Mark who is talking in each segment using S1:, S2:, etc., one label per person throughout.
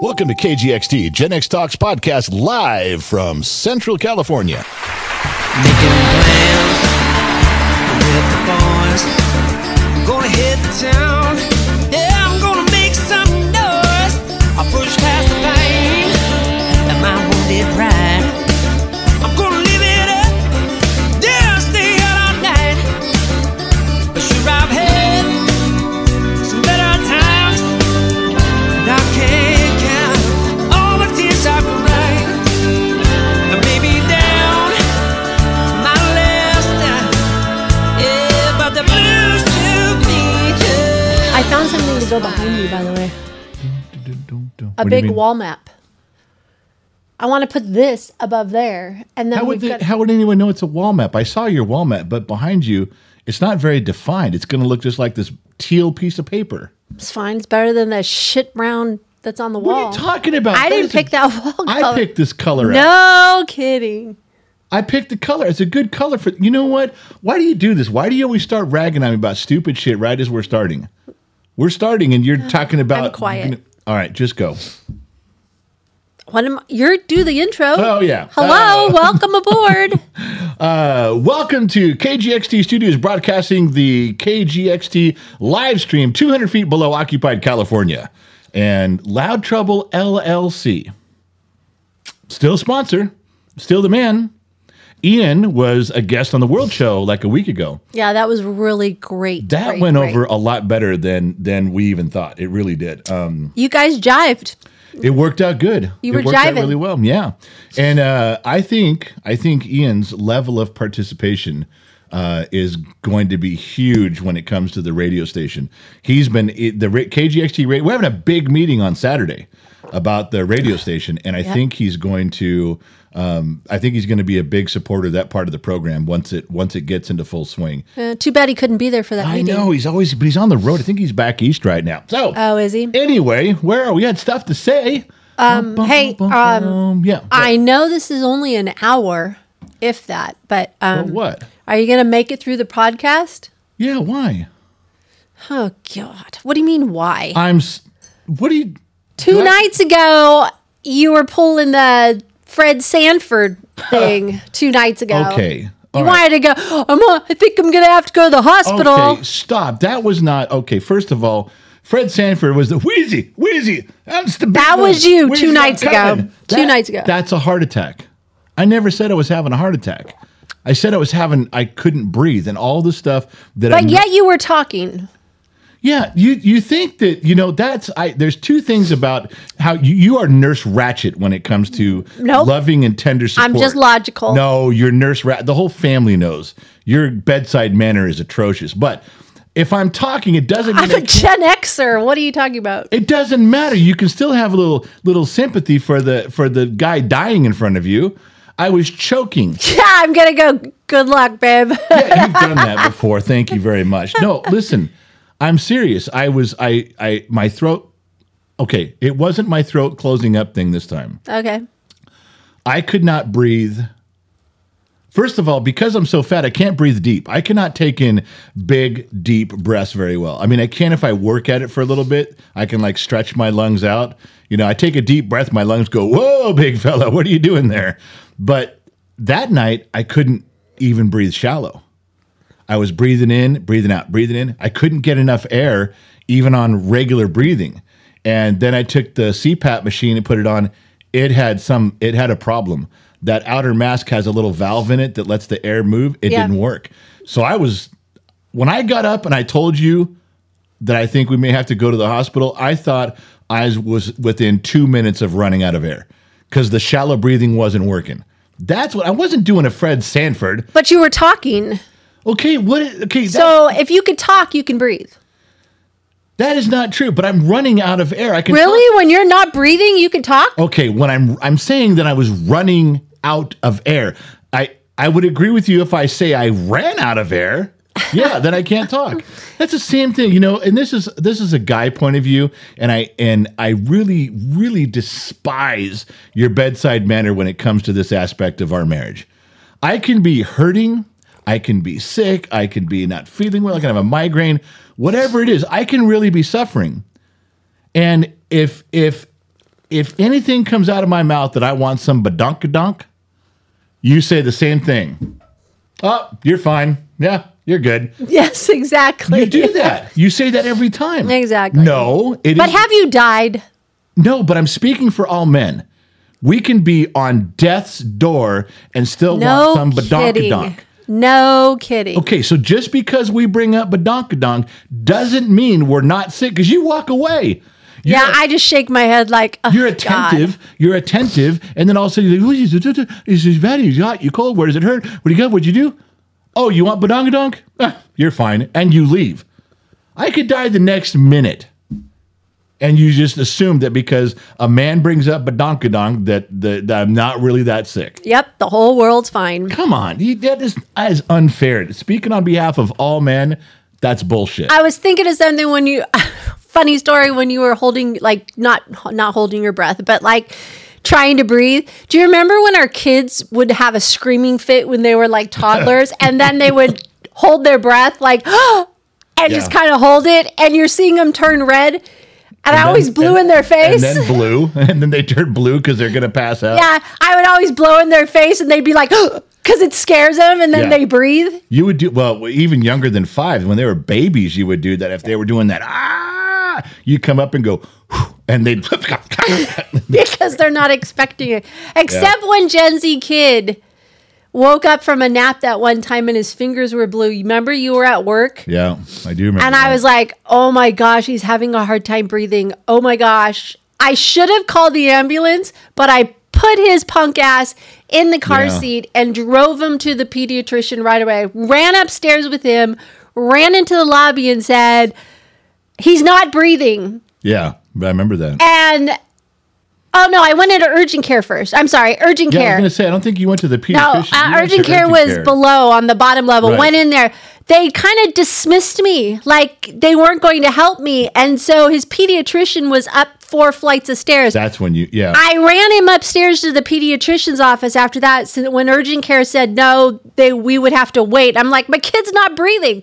S1: Welcome to KGXT, Gen X Talks podcast, live from Central California.
S2: Making plans with the boys. I'm gonna hit the town. Yeah, I'm gonna make some noise. I push past the pain and my wounded pride. I'm gonna live it up. Yeah, I'll stay out all night. But sure, I've had some better times. And I can't count all the tears I've cried. And maybe down. My last time, yeah, but the blues to me just
S3: I found something to go behind you, by the way. A
S4: What do you
S3: big
S4: mean?
S3: wall map. I want to put this above there, and then
S4: How
S3: we've
S4: would they,
S3: got.
S4: how would anyone know it's a wall map? I saw your wall map, but behind you, it's not very defined. It's going to look just like this teal piece of paper.
S3: it's fine. It's better than the shit brown that's on the
S4: What
S3: wall.
S4: are you talking about?
S3: I didn't
S4: is
S3: pick that wall
S4: I
S3: color.
S4: picked this color. out.
S3: No kidding.
S4: I picked the color. It's a good color for. You know what? Why do you do this? Why do you always start ragging on me about stupid shit right as we're starting? We're starting, and you're talking about.
S3: quiet.
S4: you're gonna- all right, just go.
S3: What am you're do the intro?
S4: Oh, yeah.
S3: Hello, welcome aboard.
S4: Uh, welcome to KGXT Studios, broadcasting the KGXT live stream 200 feet below occupied California. And Loud Trouble LLC. Still sponsor, still the man. Ian was a guest on the World Show like a week ago.
S3: yeah, that was really great.
S4: That
S3: Great,
S4: went
S3: great.
S4: over a lot better than than we even thought. It really did. Um,
S3: You guys jived.
S4: it worked out good.
S3: You
S4: it
S3: were
S4: worked out
S3: jiving.
S4: really well. Yeah, and uh, I think I think Ian's level of participation uh, is going to be huge when it comes to the radio station. He's been it- the ra- KGXT radio. We're having a big meeting on Saturday about the radio station, and I
S3: Yeah.
S4: think he's going to. Um, I think he's going to be a big supporter of that part of the program once it once it gets into full swing.
S3: Uh, too bad he couldn't be there for that
S4: I
S3: meeting.
S4: know he's always, but he's on the road. I think he's back east right now. So,
S3: Oh, is he?
S4: anyway, where are we? Had stuff to say. Um,
S3: hey, um,
S4: yeah,
S3: I know this is only an hour, if that. But um,
S4: But what?
S3: Are you going to make it through the podcast?
S4: Yeah, why?
S3: Oh, God. What do you mean, why?
S4: I'm. s- What Uh, do you?
S3: Two
S4: I-
S3: nights ago, you were pulling the Fred Sanford thing two nights ago.
S4: Okay.
S3: You
S4: All right.
S3: wanted to go, "Oh, I'm a, I think I'm going to have to go to the hospital.
S4: Okay, stop. That was not okay. First of all, Fred Sanford was the wheezy, wheezy. That's the big
S3: That
S4: one.
S3: was you two
S4: Wheezy, I'm
S3: nights ago.
S4: coming."
S3: Two nights ago.
S4: That's a heart attack. I never said I was having a heart attack. I said I was having. I couldn't breathe, and all the stuff that. I kn-
S3: But yet you were talking.
S4: Yeah, you you think that you know that's I there's two things about how you, you are nurse ratchet when it comes to
S3: Nope.
S4: loving and tender support.
S3: I'm just logical.
S4: No, you're nurse rat the whole family knows. Your bedside manner is atrocious. But if I'm talking, it doesn't
S3: I'm a
S4: make,
S3: Gen Xer. What are you talking about?
S4: it doesn't matter. You can still have a little little sympathy for the for the guy dying in front of you. I was choking.
S3: Yeah, I'm going to go. Good luck, babe.
S4: Yeah, you've done that before. Thank you very much. No, listen, I'm serious. I was I I my throat okay, it wasn't my throat closing up thing this time.
S3: okay.
S4: I could not breathe. First of all, because I'm so fat, I can't breathe deep. I cannot take in big, deep breaths very well. I mean, I can if I work at it for a little bit. I can like stretch my lungs out. You know, I take a deep breath, my lungs go, Whoa, big fella, what are you doing there? But that night, I couldn't even breathe shallow. I was breathing in, breathing out, breathing in. I couldn't get enough air even on regular breathing. And then I took the CPAP machine and put it on. It had some it had a problem. That outer mask has a little valve in it that lets the air move. It
S3: Yeah.
S4: didn't work. So I was when I got up and I told you that I think we may have to go to the hospital, I thought I was within two minutes of running out of air because the shallow breathing wasn't working. That's what I wasn't doing a Fred Sanford.
S3: But you were talking.
S4: Okay, what? Okay, that-
S3: So if you could talk, you can breathe.
S4: That is not true, but I'm running out of air. I can
S3: Really? When you're not breathing, you can talk?
S4: Okay, when I'm I'm saying that I was running out of air. I I would agree with you if I say I ran out of air. Yeah, then I can't talk. That's the same thing, you know, and this is this is a guy point of view and I and I really really despise your bedside manner when it comes to this aspect of our marriage. I can be hurting, I can be sick, I can be not feeling well, I can have a migraine, whatever it is, I can really be suffering. And if if if anything comes out of my mouth that I want some badonkadonk, you say the same thing. Oh, you're fine. Yeah, you're good.
S3: Yes, exactly.
S4: You do that. You say that every time.
S3: Exactly.
S4: No, it is
S3: But have you died?
S4: no. But I'm speaking for all men. We can be on death's door and still
S3: No
S4: want some
S3: kidding.
S4: badonkadonk.
S3: No kidding.
S4: Okay, so just because we bring up badonkadonk doesn't mean we're not sick. Because you walk away. You're
S3: yeah, I just shake my head like oh,
S4: You're
S3: God.
S4: attentive. You're attentive, and then all of a sudden you're like, "Ooh, is it- is this bad? You hot? You cold? Where does it hurt? What do you got? What'd you do? Oh, you want badongadonk? Ah, you're fine, and you leave. I could die the next minute, and you just assume that because a man brings up badonkadonk that, that that I'm not really that sick.
S3: Yep, the whole world's fine.
S4: Come on, you- that is that is unfair. Speaking on behalf of all men, that's bullshit.
S3: I was thinking of something when you funny story when you were holding like not not holding your breath, but like trying to breathe. Do you remember when our kids would have a screaming fit when they were like toddlers and then they would hold their breath like and just
S4: Yeah.
S3: kind of hold it and you're seeing them turn red and, I always blew in their face.
S4: and then blue, and then they turn blue because they're gonna pass out.
S3: yeah, I would always blow in their face and they'd be like cuz it scares them and then
S4: Yeah.
S3: they breathe.
S4: You would do well, even younger than five. When they were babies, you would do that. If they were doing that, ah, you come up and go, "Whew," and they'd "Ah."
S3: because they're not expecting it. Except when Gen Z kid woke up from a nap that one time and his fingers were blue. You remember you were at work?
S4: yeah, I do remember.
S3: And I was like, oh my gosh, he's having a hard time breathing. Oh my gosh. I should have called the ambulance, but I put his punk ass in the car
S4: Yeah.
S3: seat and drove him to the pediatrician right away. Ran upstairs with him, ran into the lobby and said, he's not breathing.
S4: yeah, but I remember that.
S3: And oh no, I went into urgent care first. I'm sorry, urgent
S4: yeah, I was
S3: care.
S4: gonna say I don't think you went to the pediatrician.
S3: No,
S4: You
S3: uh,
S4: went
S3: urgent
S4: to
S3: care was below on the bottom level.
S4: Right.
S3: Went in there. They kind of dismissed me like they weren't going to help me. And so his pediatrician was up four flights of stairs.
S4: That's when you yeah.
S3: I ran him upstairs to the pediatrician's office after that. So that when urgent care said no, they we would have to wait. I'm like, my kid's not breathing.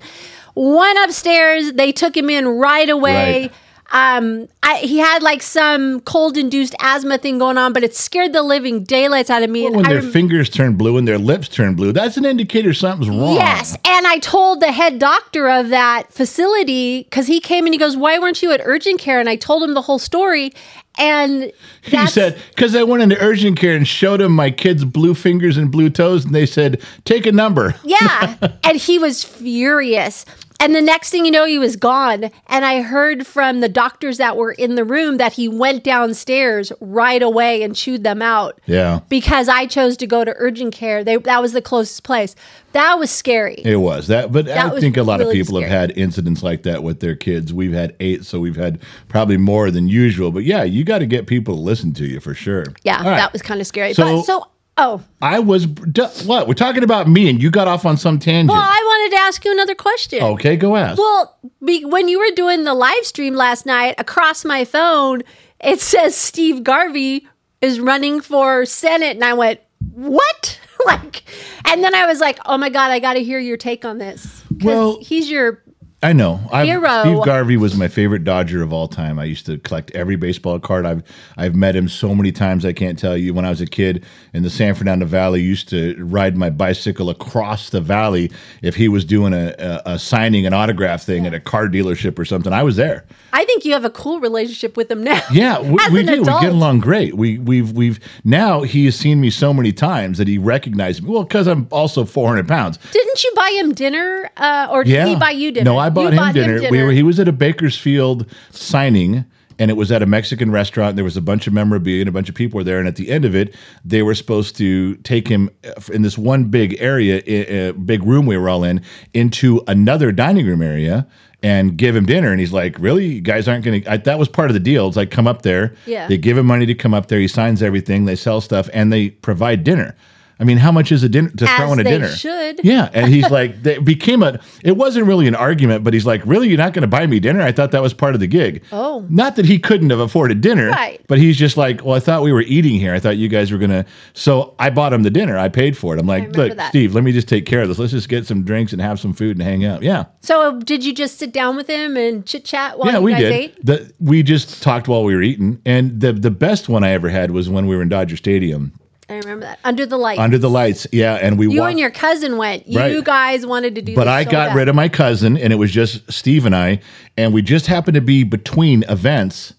S3: Went upstairs. They took him in right away. Um, I, he had like some cold induced asthma thing going on, but it scared the living daylights out of me.
S4: when
S3: I
S4: their
S3: rem-
S4: fingers turn blue and their lips turn blue, that's an indicator something's wrong.
S3: Yes. And I told the head doctor of that facility because he came and he goes, Why weren't you at urgent care? And I told him the whole story. And
S4: He
S3: that's-
S4: said, because I went into urgent care and showed him my kids' blue fingers and blue toes, and they said, take a number.
S3: Yeah. and he was furious. And the next thing you know, he was gone. And I heard from the doctors that were in the room that he went downstairs right away and chewed them out.
S4: Yeah,
S3: Because I chose to go to urgent care. They, that was the closest place. That was scary.
S4: It was that, but
S3: That
S4: I
S3: was
S4: think a lot
S3: really
S4: of people
S3: scary.
S4: have had incidents like that with their kids. We've had eight, so we've had probably more than usual. But yeah, you got to get people to listen to you for sure.
S3: Yeah,
S4: All right.
S3: that was kind of scary.
S4: So-
S3: but so, oh,
S4: I was duh, what we're talking about me, and you got off on some tangent.
S3: well, I wanted to ask you another question.
S4: okay, go ask.
S3: Well, be, when you were doing the live stream last night, across my phone, it says Steve Garvey is running for Senate. And I went, what? like, and then I was like, oh my God, I got to hear your take on this. 'Cause
S4: Well-
S3: he's your,
S4: I know. I,
S3: Hero.
S4: Steve Garvey was my favorite Dodger of all time. I used to collect every baseball card. I've I've met him so many times I can't tell you. When I was a kid in the San Fernando Valley, used to ride my bicycle across the valley if he was doing a, a, a signing an autograph thing at a car dealership or something. I was there.
S3: I think you have a cool relationship with him now.
S4: Yeah, we,
S3: As
S4: we
S3: an
S4: do.
S3: adult.
S4: We get along great. We we've we've now he has seen me so many times that he recognized me. Well, because I'm also 400 pounds.
S3: Didn't you buy him dinner? Uh, or did
S4: Yeah.
S3: he buy you dinner?
S4: No, I
S3: You
S4: bought, him, dinner. We were, he was at a Bakersfield signing, and it was at a Mexican restaurant. And there was a bunch of memorabilia, and a bunch of people were there. And at the end of it, they were supposed to take him uh, in this one big area, i- uh, big room we were all in, into another dining room area. And give him dinner, and he's like, "Really, you guys aren't going to?" That was part of the deal. It's like, come up there.
S3: Yeah.
S4: They give him money to come up there. He signs everything. They sell stuff, and they provide dinner. I mean, how much is a dinner to throw
S3: As
S4: in a
S3: they
S4: dinner?
S3: should.
S4: Yeah, and he's like, they- it became a. It wasn't really an argument, but he's like, really, you're not going to buy me dinner? I thought that was part of the gig.
S3: Oh.
S4: not that he couldn't have afforded dinner,
S3: Right.
S4: But he's just like, well, I thought we were eating here. I thought you guys were going to. So I bought him the dinner. I paid for it. I'm like,
S3: remember
S4: look,
S3: that.
S4: Steve, let me just take care of this. Let's just get some drinks and have some food and hang out. Yeah,
S3: So did you just sit down with him and chit chat while
S4: yeah,
S3: you
S4: we
S3: guys
S4: did.
S3: ate?
S4: The, we just talked while we were eating, and the the best one I ever had was when we were in Dodger Stadium
S3: I remember that under the light.
S4: under the lights. Yeah, and we
S3: you
S4: walked,
S3: and your cousin went. You
S4: Right.
S3: guys wanted to do,
S4: but
S3: this
S4: I
S3: so
S4: got
S3: bad.
S4: rid of my cousin, and it was just Steve and I, and we just happened to be between events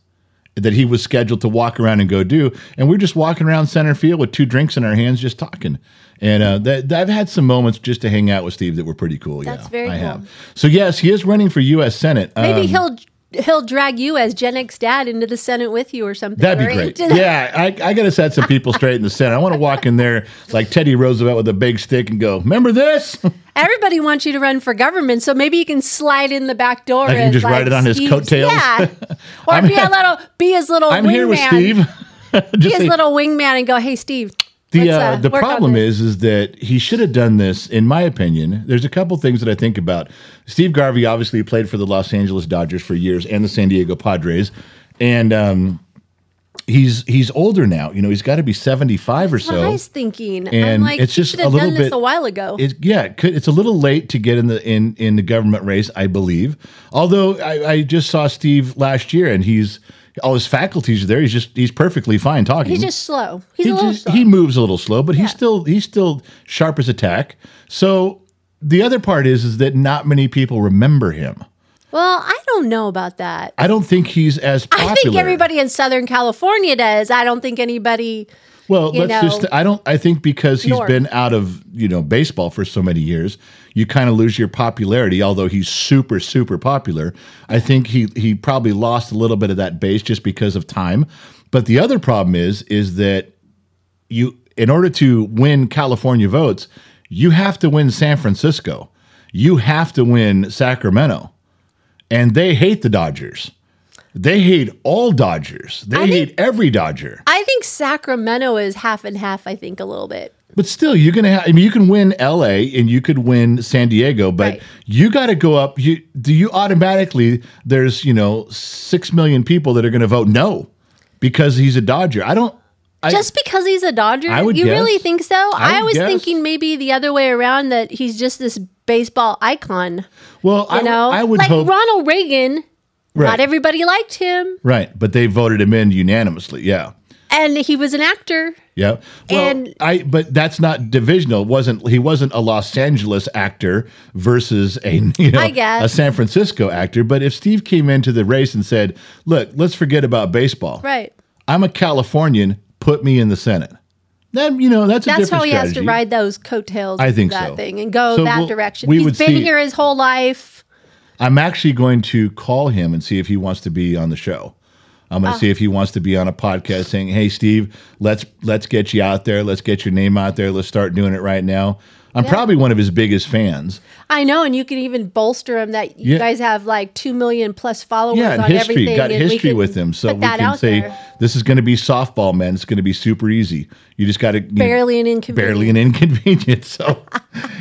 S4: that he was scheduled to walk around and go do, and we were just walking around center field with two drinks in our hands, just talking. And uh, that, that- I've had some moments just to hang out with Steve that were pretty cool.
S3: That's
S4: yeah,
S3: very
S4: I
S3: cool.
S4: have. So yes, he is running for U.S. Senate.
S3: Maybe
S4: Um,
S3: he'll he'll drag you as Gen X dad into the Senate with you or something.
S4: That'd
S3: or
S4: be great.
S3: into the-
S4: Yeah, I, I got to set some people straight in the Senate. I want to walk in there like Teddy Roosevelt with a big stick and go, "Remember this?"
S3: Everybody wants you to run for government, so maybe you can slide in the back door.
S4: I can
S3: as,
S4: just
S3: like,
S4: ride it on his
S3: Steve's-
S4: coattails.
S3: Yeah, or be a little, be his little.
S4: I'm here with
S3: wingman.
S4: Steve.
S3: Be
S4: Just
S3: his
S4: say-
S3: little wingman and go, "Hey, Steve."
S4: The
S3: let's,
S4: uh, the
S3: work on
S4: problem
S3: this."
S4: is is that he should have done this. In my opinion, there's a couple things that I think about. Steve Garvey obviously played for the Los Angeles Dodgers for years and the San Diego Padres, and um, he's he's older now. You know, he's got to be 75 or
S3: That's what I
S4: so.
S3: was thinking. I'm
S4: and
S3: like,
S4: it's
S3: you
S4: just
S3: should
S4: a
S3: have
S4: little
S3: done this
S4: bit-
S3: a while ago.
S4: It's, yeah, it could, it's a little late to get in the in in the government race, I believe. Although I, I just saw Steve last year, and he's all his faculties are there. He's just he's perfectly fine talking.
S3: He's just slow. He's
S4: he
S3: a little
S4: just-
S3: slow.
S4: he moves a little slow, but he's still he's still sharp as a tack. So the other part is is that not many people remember him.
S3: well, I don't know about that.
S4: I don't think he's as popular.
S3: I think everybody in Southern California does. I don't think anybody.
S4: Well,
S3: you
S4: let's just.
S3: know,
S4: I don't. I think because he's
S3: north.
S4: been out of you know baseball for so many years, you kind of lose your popularity. Although he's super super popular, I think he he probably lost a little bit of that base just because of time. But the other problem is is that you in order to win California votes, you have to win San Francisco, you have to win Sacramento, and they hate the Dodgers. They hate all Dodgers. They
S3: I think-
S4: hate every Dodger.
S3: I think Sacramento is half and half. I think a little bit.
S4: But still, you're gonna. Have, I mean, you can win L.A. and you could win San Diego, but
S3: Right.
S4: you got to go up. You do you automatically? There's you know six million people that are going to vote no because he's a Dodger. I don't. I,
S3: just because he's a Dodger,
S4: I would
S3: you
S4: guess.
S3: really think so? I,
S4: would
S3: was
S4: guess.
S3: thinking maybe the other way around that he's just this baseball icon.
S4: well, I,
S3: You know,
S4: I would
S3: like
S4: hope
S3: Ronald Reagan.
S4: Right.
S3: Not everybody liked him,
S4: right, but they voted him in unanimously. Yeah,
S3: and he was an actor.
S4: yeah. Well,
S3: And-
S4: I but that's not divisional. It wasn't he wasn't a Los Angeles actor versus a you know
S3: I guess.
S4: a San Francisco actor. But if Steve came into the race and said, "Look, let's forget about baseball,"
S3: Right.
S4: I'm a Californian. Put me in the Senate. Then you know that's a
S3: That's
S4: different
S3: how he has to
S4: strategy.
S3: ride those coattails.
S4: I
S3: of
S4: think
S3: that
S4: so.
S3: thing and go
S4: So
S3: that
S4: we'll-
S3: direction.
S4: we
S3: He's
S4: would
S3: been
S4: see-
S3: here his whole life.
S4: I'm actually going to call him and see if he wants to be on the show. I'm
S3: Ah.
S4: going to see if he wants to be on a podcast saying, "Hey, Steve, let's let's get you out there. Let's get your name out there. Let's start doing it right now." I'm probably one of his biggest fans.
S3: I know, and you can even bolster him that you
S4: Yeah.
S3: guys have like two million plus followers.
S4: Yeah, and
S3: on
S4: history
S3: Oh everything,
S4: got
S3: and we
S4: history
S3: can
S4: with him, so
S3: put
S4: we
S3: that
S4: can
S3: out
S4: say
S3: there.
S4: this is going to be softball, man. It's going to be super easy. You just got to
S3: barely an inconvenience.
S4: barely an inconvenience. So,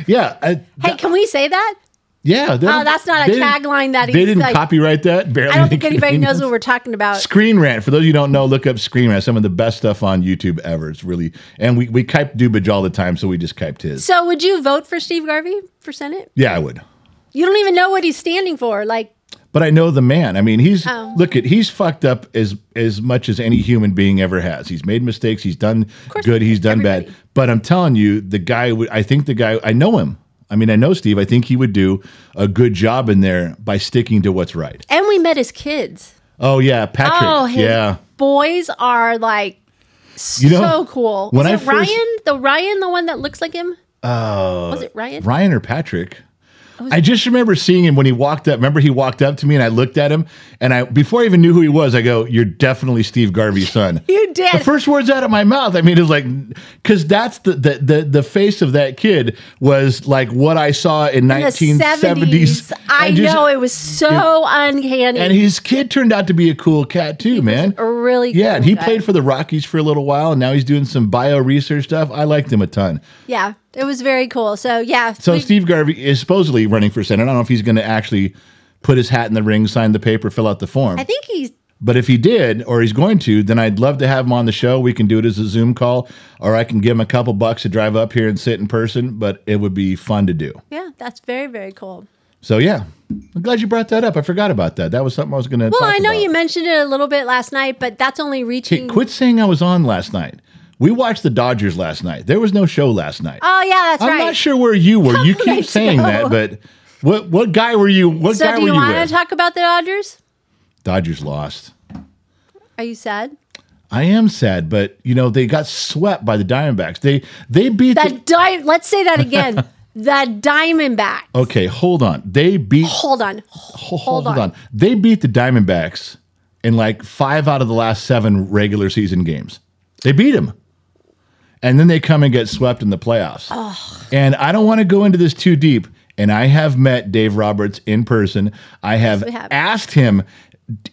S4: yeah, I,
S3: Hey, can we say that?
S4: yeah. they
S3: Oh,
S4: don't-
S3: that's not a
S4: they didn't-
S3: tagline that
S4: they
S3: he's
S4: didn't
S3: like-
S4: copyright that. Barely
S3: I don't
S4: an
S3: think anybody knows
S4: inconvenience.
S3: what we're talking about.
S4: Screen Rant. For those of you who don't know, look up Screen Rant. Some of the best stuff on YouTube ever. It's really and we we kype Dubage all the time, so we just kyped his.
S3: So, would you vote for Steve Garvey for Senate?
S4: Yeah, I would.
S3: You don't even know what he's standing for. Like,
S4: But I know the man. I mean, he's
S3: Oh.
S4: look at he's fucked up as as much as any human being ever has. He's made mistakes. He's done
S3: course
S4: good.
S3: he
S4: He's done bad.
S3: Everybody.
S4: But I'm telling you, the guy. would I think the guy. I know him. I mean, I know Steve. I think he would do a good job in there by sticking to what's right.
S3: and we met his kids.
S4: Oh yeah, Patrick.
S3: Oh, his
S4: yeah.
S3: boys are like
S4: You know,
S3: so cool.
S4: when
S3: Is
S4: I
S3: it
S4: first-
S3: Ryan? The Ryan, the one that looks like him? Oh. Was it Ryan?
S4: Ryan or Patrick. I just remember seeing him when he walked up. Remember, he walked up to me and I looked at him, and I before I even knew who he was, I go, "You're definitely Steve Garvey's son."
S3: You did.
S4: The first words out of my mouth. I mean, it's like because that's the, the the the face of that kid was like what I saw in
S3: the
S4: 1970s.
S3: seventies. I
S4: just-
S3: know it was so uncanny.
S4: And his kid turned out to be a cool cat too, man.
S3: a really
S4: yeah, and
S3: cool
S4: he
S3: guy.
S4: played for the Rockies for a little while, and now he's doing some bio research stuff. I liked him a ton.
S3: yeah, it was very cool. So yeah,
S4: So
S3: we-
S4: Steve Garvey is supposedly running for senate. I don't know if he's going to actually put his hat in the ring, sign the paper, fill out the form.
S3: I think he's
S4: but if he did, or he's going to, then I'd love to have him on the show. We can do it as a Zoom call, or I can give him a couple bucks to drive up here and sit in person. But it would be fun to do.
S3: yeah. That's very very cool.
S4: So yeah, I'm glad you brought that up. I forgot about that. That was something I was going to.
S3: Well, I know you mentioned it a little bit last night, but that's only
S4: Hey,
S3: reaching.
S4: quit saying I was on last night. We watched the Dodgers last night. There was no show last night.
S3: Oh yeah, that's
S4: I'm
S3: right.
S4: not sure where you were. You
S3: I
S4: keep saying that,
S3: know.
S4: but what what guy were you? What
S3: So
S4: guy
S3: do
S4: were
S3: you
S4: you
S3: want to
S4: with?
S3: talk about the Dodgers?
S4: Dodgers lost.
S3: Are you sad?
S4: I am sad, but you know they got swept by the Diamondbacks. They they beat. the,
S3: That di- Let's say that again. the Diamondback.
S4: okay, hold on. They beat.
S3: Hold on.
S4: ho-
S3: hold
S4: hold
S3: on.
S4: on. They beat the Diamondbacks in like five out of the last seven regular season games. They beat them. And then they come and get swept in the playoffs. And I don't want to go into this too deep. And I have met Dave Roberts in person. I have,
S3: we have.
S4: asked him.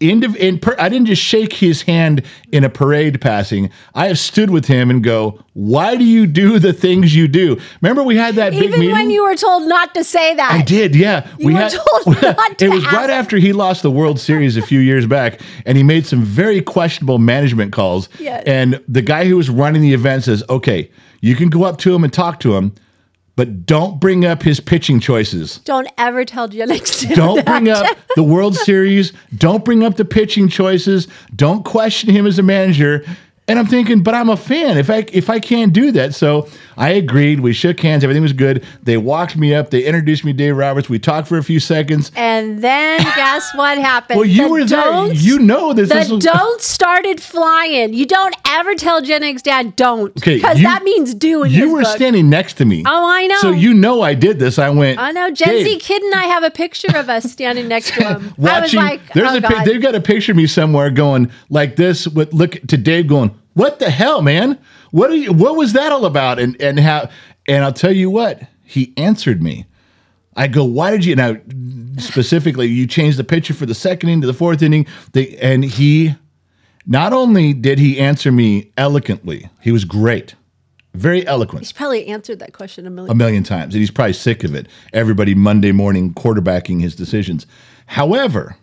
S4: indiv- in per- I didn't just shake his hand in a parade passing. I have stood with him and go, "Why do you do the things you do?" Remember, we had that big
S3: Even
S4: meeting.
S3: when you were told not to say that.
S4: I did, yeah.
S3: You were told not to
S4: It was
S3: ask.
S4: right after he lost the World Series a few years back, and he made some very questionable management calls.
S3: Yes.
S4: And the guy who was running the event says, "Okay, you can go up to him and talk to him, but don't bring up his pitching choices."
S3: Don't ever tell Jennings.
S4: Don't bring up the World Series. Don't bring up the pitching choices. Don't question him as a manager. And I'm thinking, but I'm a fan. If I if I can't do that, so I agreed. We shook hands. Everything was good. They walked me up. They introduced me, to Dave Roberts. We talked for a few seconds.
S3: And then guess what happened?
S4: Well, you
S3: The
S4: were there.
S3: don'ts-
S4: You know this. this
S3: The
S4: was-
S3: don't started flying. You don't ever tell Jennings dad don't.
S4: Okay,
S3: Because
S4: you-
S3: that means do in
S4: You
S3: his
S4: were
S3: book.
S4: standing next to me.
S3: Oh, I know.
S4: So you know I did this. I went.
S3: I know Gen Z
S4: "Dave,
S3: Kid and I have a picture of us standing next to him. I was
S4: watching.
S3: like,
S4: there's
S3: oh
S4: a. pi-
S3: God.
S4: They've got a picture of me somewhere going like this with look to Dave going, "What the hell, man? What are you? What was that all about?" And and how? And I'll tell you what he answered me. I go, "Why did you?" Now, specifically, you changed the picture for the second inning to the fourth inning. They, and he, not only did he answer me eloquently, he was great, very eloquent
S3: He's probably answered that question a million.
S4: a million times, and he's probably sick of it. Everybody Monday morning quarterbacking his decisions. However,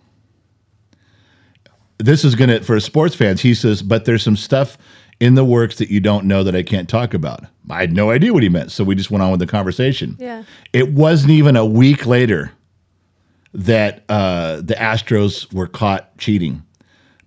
S4: this is going to for sports fans. He says, but there's some stuff in the works that you don't know that I can't talk about. I had no idea what he meant, so we just went on with the conversation.
S3: Yeah.
S4: it wasn't even a week later that uh, the Astros were caught cheating.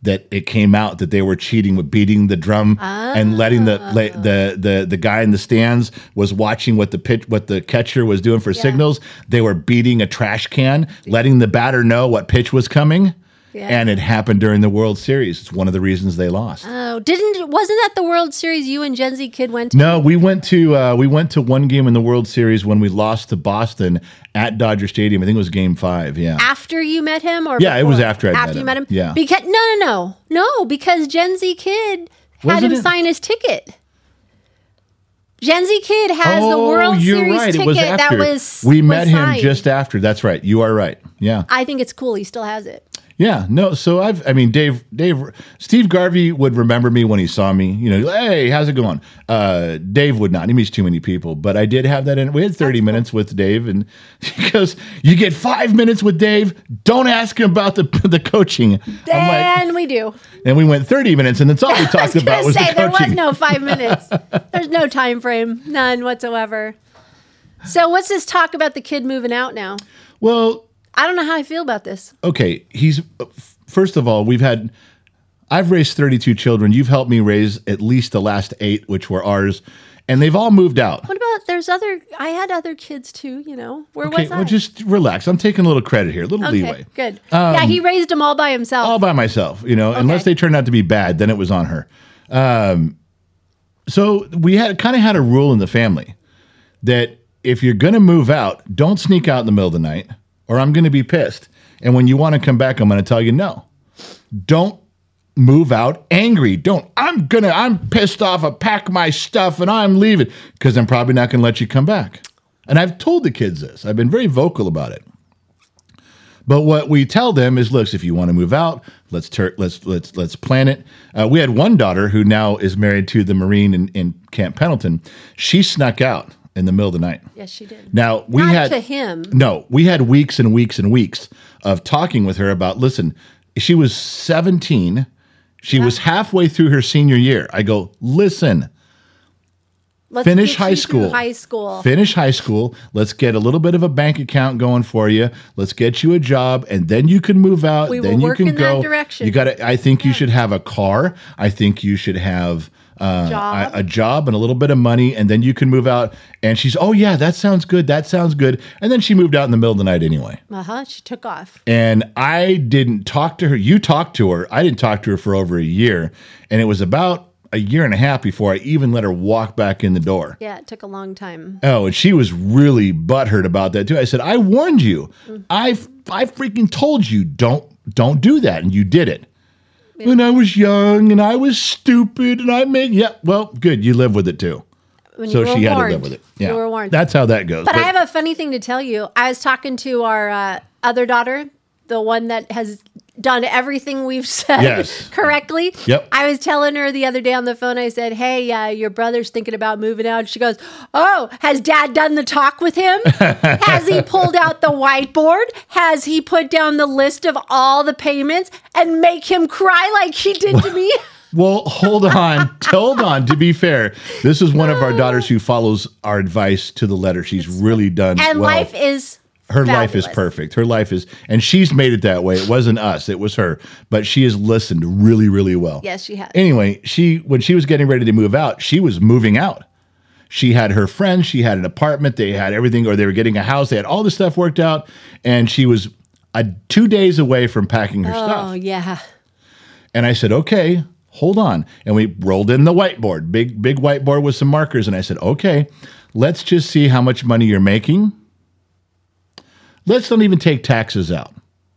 S4: That it came out that they were cheating with beating the drum and letting the la-
S3: Ah.
S4: the the the guy in the stands was watching what the pitch what the catcher was doing for signals. They were beating a trash can, letting the batter know what pitch was coming,
S3: Yeah.
S4: and it happened during the World Series. It's one of the reasons they lost.
S3: Oh, didn't wasn't that the World Series you and Gen Z Kid went to?
S4: No, we went to uh, we went to one game in the World Series when we lost to Boston at Dodger Stadium. I think it was Game Five. Yeah.
S3: after you met him or
S4: Yeah, it was
S3: before?
S4: after I met
S3: after you
S4: him.
S3: met him
S4: Yeah.
S3: because no no no no because Gen Z kid had
S4: Wasn't
S3: him
S4: it-
S3: sign his ticket Gen Z kid has the
S4: Oh,
S3: World Series ticket that was
S4: we
S3: was
S4: met him
S3: signed.
S4: just after. That's right. You are right. Yeah,
S3: I think it's cool he still has it
S4: yeah. No, so I've. I mean, Dave. Dave. Steve Garvey would remember me when he saw me. You know, hey, how's it going? Uh, Dave would not. He meets too many people. But I did have that. in We had thirty minutes with Dave, and he goes, "You get five minutes with Dave. Don't ask him about the the coaching." I'm like-
S3: and we do
S4: and we went thirty minutes, and that's all we
S3: I was
S4: talked
S3: gonna
S4: about was
S3: say
S4: the
S3: there was
S4: coaching.
S3: no five minutes there's no time frame none whatsoever so what's this talk about the kid moving out now
S4: well,
S3: I don't know how I feel about this
S4: okay, he's first of all, we've had I've raised 32 children. You've helped me raise at least the last 8 which were ours and they've all moved out.
S3: what about there's other I had other kids too you know where
S4: Okay,
S3: was I
S4: well just relax. I'm taking a little credit here, a little leeway. Um,
S3: Good. yeah, he raised them all by himself.
S4: All by myself, you know, unless they turned out to be bad, then it was on her. Um so we had kind of had a rule in the family that if you're going to move out, don't sneak out in the middle of the night or I'm going to be pissed. And when you want to come back, I'm going to tell you no. Don't move out angry. Don't, I'm going to, I'm pissed off. I pack my stuff and I'm leaving because I'm probably not going to let you come back. And I've told the kids this, I've been very vocal about it. But what we tell them is, look, if you want to move out, let's tur- let's let's let's plan it. Uh, we had one daughter who now is married to the Marine in, in Camp Pendleton. She snuck out in the middle of the night.
S3: Yes, she did.
S4: Now we
S3: Not
S4: had
S3: to him.
S4: No, we had weeks and weeks and weeks of talking with her about. Listen, she was 17. She was halfway through her senior year. I go, listen,
S3: Let's
S4: finish
S3: get
S4: high
S3: you through
S4: school.
S3: High school.
S4: Finish high school. Let's get a little bit of a bank account going for you. Let's get you a job, and then you can move out.
S3: We will
S4: then you
S3: work
S4: can
S3: in that
S4: go.
S3: direction.
S4: You got to. I think you should have a car. I think you should have. Uh,
S3: Job.
S4: A, a job and a little bit of money, and then you can move out. And she's, oh yeah, that sounds good. That sounds good. And then she moved out in the middle of the night anyway.
S3: Uh huh. She took off.
S4: And I didn't talk to her. You talked to her. I didn't talk to her for over a year, and it was about a year and a half before I even let her walk back in the door.
S3: Yeah, it took a long time.
S4: Oh, and she was really butthurt about that too. I said, I warned you.
S3: Mm-hmm.
S4: I I freaking told you don't don't do that, and you did it. When I was young and I was stupid and I made yeah, well, good. You live with it too.
S3: When
S4: So
S3: you were
S4: she had
S3: warned.
S4: to live with it. Yeah.
S3: You were warned.
S4: That's how that goes.
S3: But I have a funny thing to tell you. I was talking to our uh, other daughter, the one that has done everything we've said
S4: Yes.
S3: correctly.
S4: Yep.
S3: I was telling her the other day on the phone. I said, "Hey, uh, your brother's thinking about moving out." She goes, "Oh, has Dad done the talk with him? has he pulled out the whiteboard? Has he put down the list of all the payments and make him cry like he did to me?"
S4: Well, hold on. hold on. To be fair, this is one of our daughters who follows our advice to the letter. She's really done
S3: And
S4: well.
S3: life is
S4: her life is
S3: fabulous.
S4: perfect. Her life is, and she's made it that way. It wasn't us; it was her. But she has listened really, really well.
S3: Yes, she has.
S4: Anyway, she when she was getting ready to move out, she was moving out. She had her friends. She had an apartment. They had everything, or they were getting a house. They had all this stuff worked out, and she was uh, two days away from packing her stuff.
S3: Oh yeah.
S4: And I said, okay, hold on. And we rolled in the whiteboard, big, big whiteboard with some markers. And I said, okay, let's just see how much money you're making. Let's not even take taxes out.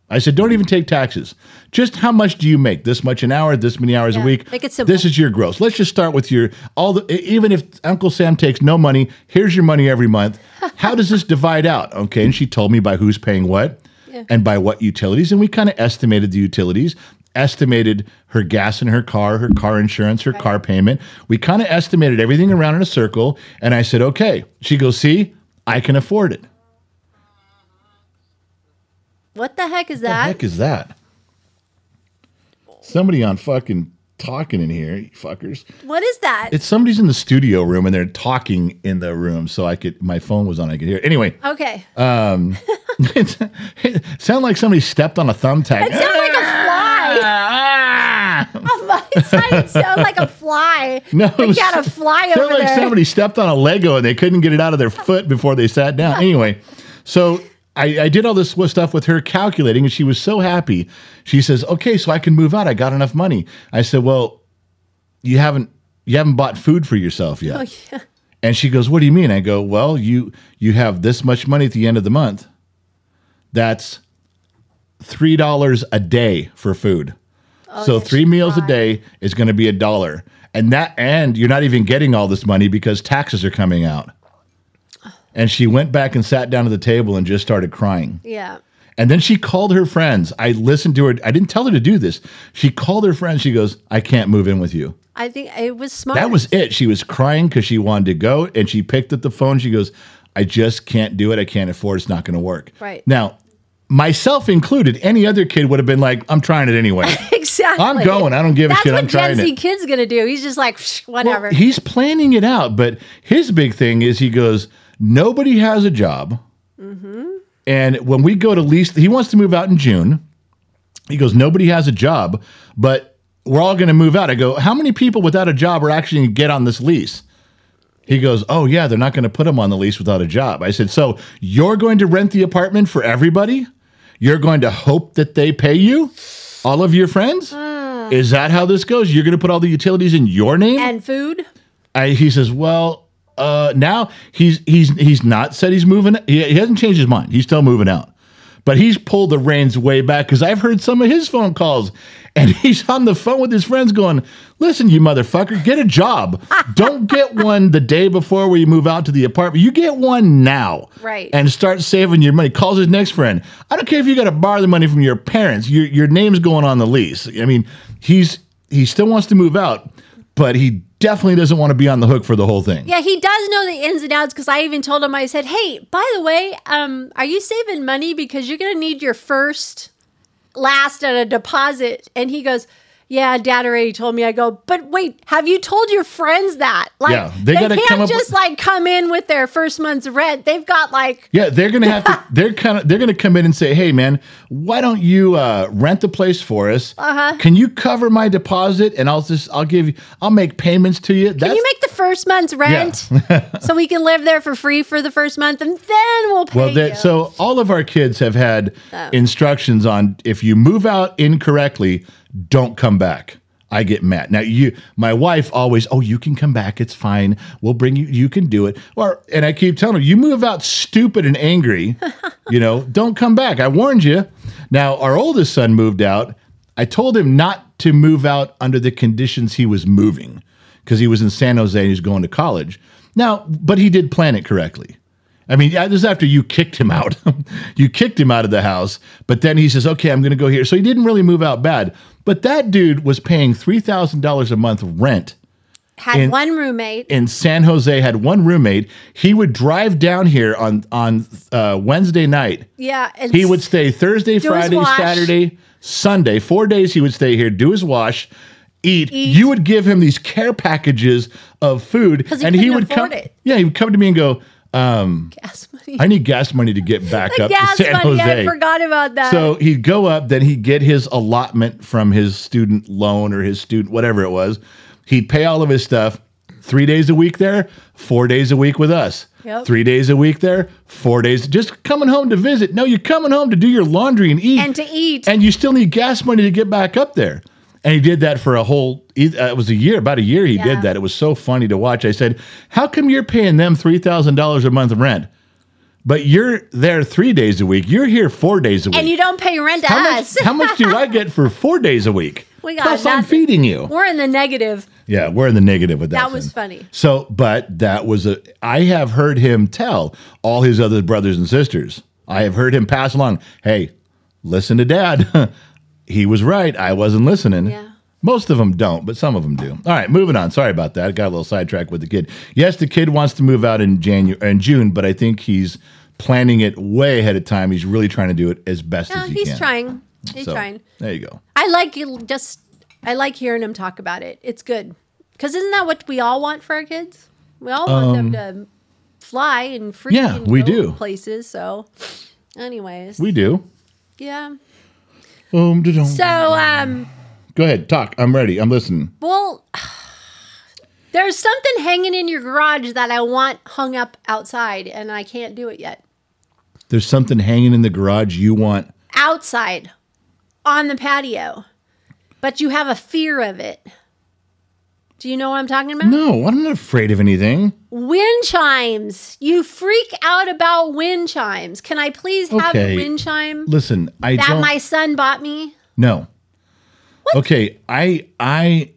S4: I said, don't even take taxes. Just how much do you make? This much an hour, this many hours
S3: Yeah,
S4: a week.
S3: make it simple.
S4: This is your gross. Let's just start with your all the e- even if Uncle Sam takes no money, here's your money every month. How does this divide out? Okay. And she told me by who's paying what and by what utilities. And we kind of estimated the utilities, estimated her gas in her car, her car insurance, her car payment. We kind of estimated everything around in a circle. And I said, okay. She goes, see, I can afford it.
S3: What the heck is
S4: the
S3: that?
S4: heck is that? Somebody on fucking talking in here, you fuckers.
S3: what is that?
S4: It's somebody's in the studio room and they're talking in the room, so I could. My phone was on, I could hear. It. Anyway,
S3: okay.
S4: it's, it sounded like somebody stepped on a thumbtack. Ah!
S3: It sounded like a fly. On my side, it sounded like a fly.
S4: No, it
S3: we
S4: was-
S3: got a fly
S4: Sounded
S3: over
S4: like
S3: there.
S4: somebody stepped on a Lego and they couldn't get it out of their foot before they sat down. Anyway, so I, I did all this stuff with her calculating, and she was so happy. She says, "Okay, so I can move out. I got enough money." I said, "Well, you haven't you haven't bought food for yourself yet."
S3: Oh, yeah.
S4: And she goes, "What do you mean?" I go, "Well, you you have this much money at the end of the month. That's three dollars a day for food. so three meals a day is going to be a dollar, and that and you're not even getting all this money because taxes are coming out." And she went back and sat down at the table and just started crying.
S3: Yeah.
S4: And then she called her friends. I listened to her. I didn't tell her to do this. She called her friends. She goes, "I can't move in with you."
S3: I think it was smart.
S4: That was it. She was crying because she wanted to go, and she picked up the phone. She goes, "I just can't do it. I can't afford. it. It's not going to work."
S3: Right.
S4: now, myself included, any other kid would have been like, "I'm trying it anyway.
S3: exactly.
S4: I'm going. I don't give a
S3: That's
S4: shit.
S3: what
S4: I'm trying
S3: Gen Z
S4: it."
S3: kid's gonna do. He's just like "Psh,
S4: Well,
S3: whatever.
S4: he's planning it out, but his big thing is he goes, "Nobody has a job." And when we go to lease, he wants to move out in June. He goes, nobody has a job, but we're all going to move out. I go, how many people without a job are actually going to get on this lease? He goes, oh yeah, they're not going to put them on the lease without a job. I said, so you're going to rent the apartment for everybody? You're going to hope that they pay you, all of your friends? Is that how this goes? You're going to put all the utilities in your name?
S3: and food.
S4: I, he says, well, uh, now he's he's he's not said he's moving. He, he hasn't changed his mind. He's still moving out, but he's pulled the reins way back because I've heard some of his phone calls, and he's on the phone with his friends going, "Listen, you motherfucker, get a job. Don't get one the day before where you move out to the apartment. You get one now,
S3: Right.
S4: And start saving your money." Calls his next friend. I don't care if you got to borrow the money from your parents. Your your name's going on the lease. I mean, he's he still wants to move out, but he. Definitely doesn't want to be on the hook for the whole thing.
S3: Yeah, he does know the ins and outs because I even told him, I said, hey, by the way, um, are you saving money? Because you're going to need your first, last, and a deposit. And he goes, yeah, dad already told me. I go, but wait, have you told your friends that? Like,
S4: Yeah, they
S3: they,
S4: gotta
S3: can't
S4: come up
S3: just
S4: with-
S3: like come in with their first month's rent. They've got like,
S4: Yeah, they're gonna have to. They're kind of. They're gonna come in and say, "Hey, man, why don't you uh, rent the place for us? Uh-huh. Can you cover my deposit? And I'll just. I'll give you. I'll make payments to you. That's
S3: can you make the first month's rent so we can live there for free for the first month and then we'll pay
S4: well.
S3: you. Oh.
S4: That, so all of our kids have had instructions on if you move out incorrectly, don't come back. I get mad. Now you, my wife always, oh, you can come back. It's fine. We'll bring you. You can do it. Or and I keep telling her, you move out stupid and angry. you know, don't come back. I warned you. Now our oldest son moved out. I told him not to move out under the conditions he was moving because he was in San Jose and he was going to college. Now, but he did plan it correctly. I mean, yeah, this is after you kicked him out. you kicked him out of the house, but then he says, okay, I'm going to go here. So he didn't really move out bad. But that dude was paying $3,000 a month rent
S3: Had
S4: and-
S3: one roommate.
S4: in San Jose, had one roommate. He would drive down here on, on uh, Wednesday night.
S3: yeah. And
S4: He would stay Thursday,
S3: Do his
S4: Friday,
S3: wash.
S4: Saturday, Sunday. Four days he would stay here, do his wash, eat.
S3: Eat.
S4: You would give him these care packages of food,
S3: 'Cause he couldn't
S4: would
S3: afford
S4: come.
S3: it.
S4: Yeah, he would come to me and go,
S3: gas money.
S4: "I need gas money to get back up
S3: gas
S4: to San
S3: money.
S4: Jose."
S3: I forgot about that.
S4: So he'd go up, then he'd get his allotment from his student loan or his student, whatever it was. He'd pay all of his stuff three days a week there, four days a week with us.
S3: Yep.
S4: Three days a week there, four days just coming home to visit. No, you're coming home to do your laundry and eat.
S3: And to eat.
S4: And you still need gas money to get back up there. And he did that for a whole, e- uh, it was a year, about a year he
S3: Yeah.
S4: did that. It was so funny to watch. I said, How come you're paying them $3,000 a month rent? But you're there three days a week. You're here four days a week
S3: and you don't pay rent to
S4: how
S3: us.
S4: much, how much do I get for four days a week?
S3: We got
S4: Plus, I'm
S3: nothing.
S4: feeding you.
S3: We're in the negative.
S4: Yeah, we're in the negative with that.
S3: That was
S4: thing.
S3: funny.
S4: So, but that was a. I have heard him tell all his other brothers and sisters. I have heard him pass along, "Hey, listen to Dad. he was right. I wasn't listening."
S3: Yeah.
S4: Most of them don't, but some of them do. All right, moving on. Sorry about that. I got a little sidetracked with the kid. Yes, the kid wants to move out in January in June, but I think he's planning it way ahead of time. He's really trying to do it as best
S3: No,
S4: as he
S3: Uh, he's
S4: can.
S3: trying. He's
S4: So,
S3: trying.
S4: There you go.
S3: I like you- just. I like hearing him talk about it. It's good because isn't that what we all want for our kids? We all want them to fly and free.
S4: Um, yeah,
S3: and
S4: we
S3: go
S4: do.
S3: places. So, anyways,
S4: We do.
S3: yeah.
S4: Um, da-dum.
S3: So, um,
S4: go ahead, talk. I'm ready. I'm listening.
S3: Well, there's something hanging in your garage that I want hung up outside, and I can't do it yet.
S4: There's something hanging in the garage you want.
S3: Outside, on the patio, but you have a fear of it. Do you know what I'm talking about?
S4: No, I'm not afraid of anything.
S3: Wind chimes. You freak out about wind chimes. Can I please have
S4: Okay.
S3: a wind chime
S4: Listen, I
S3: that
S4: don't.
S3: my son bought me?
S4: no. Okay, I I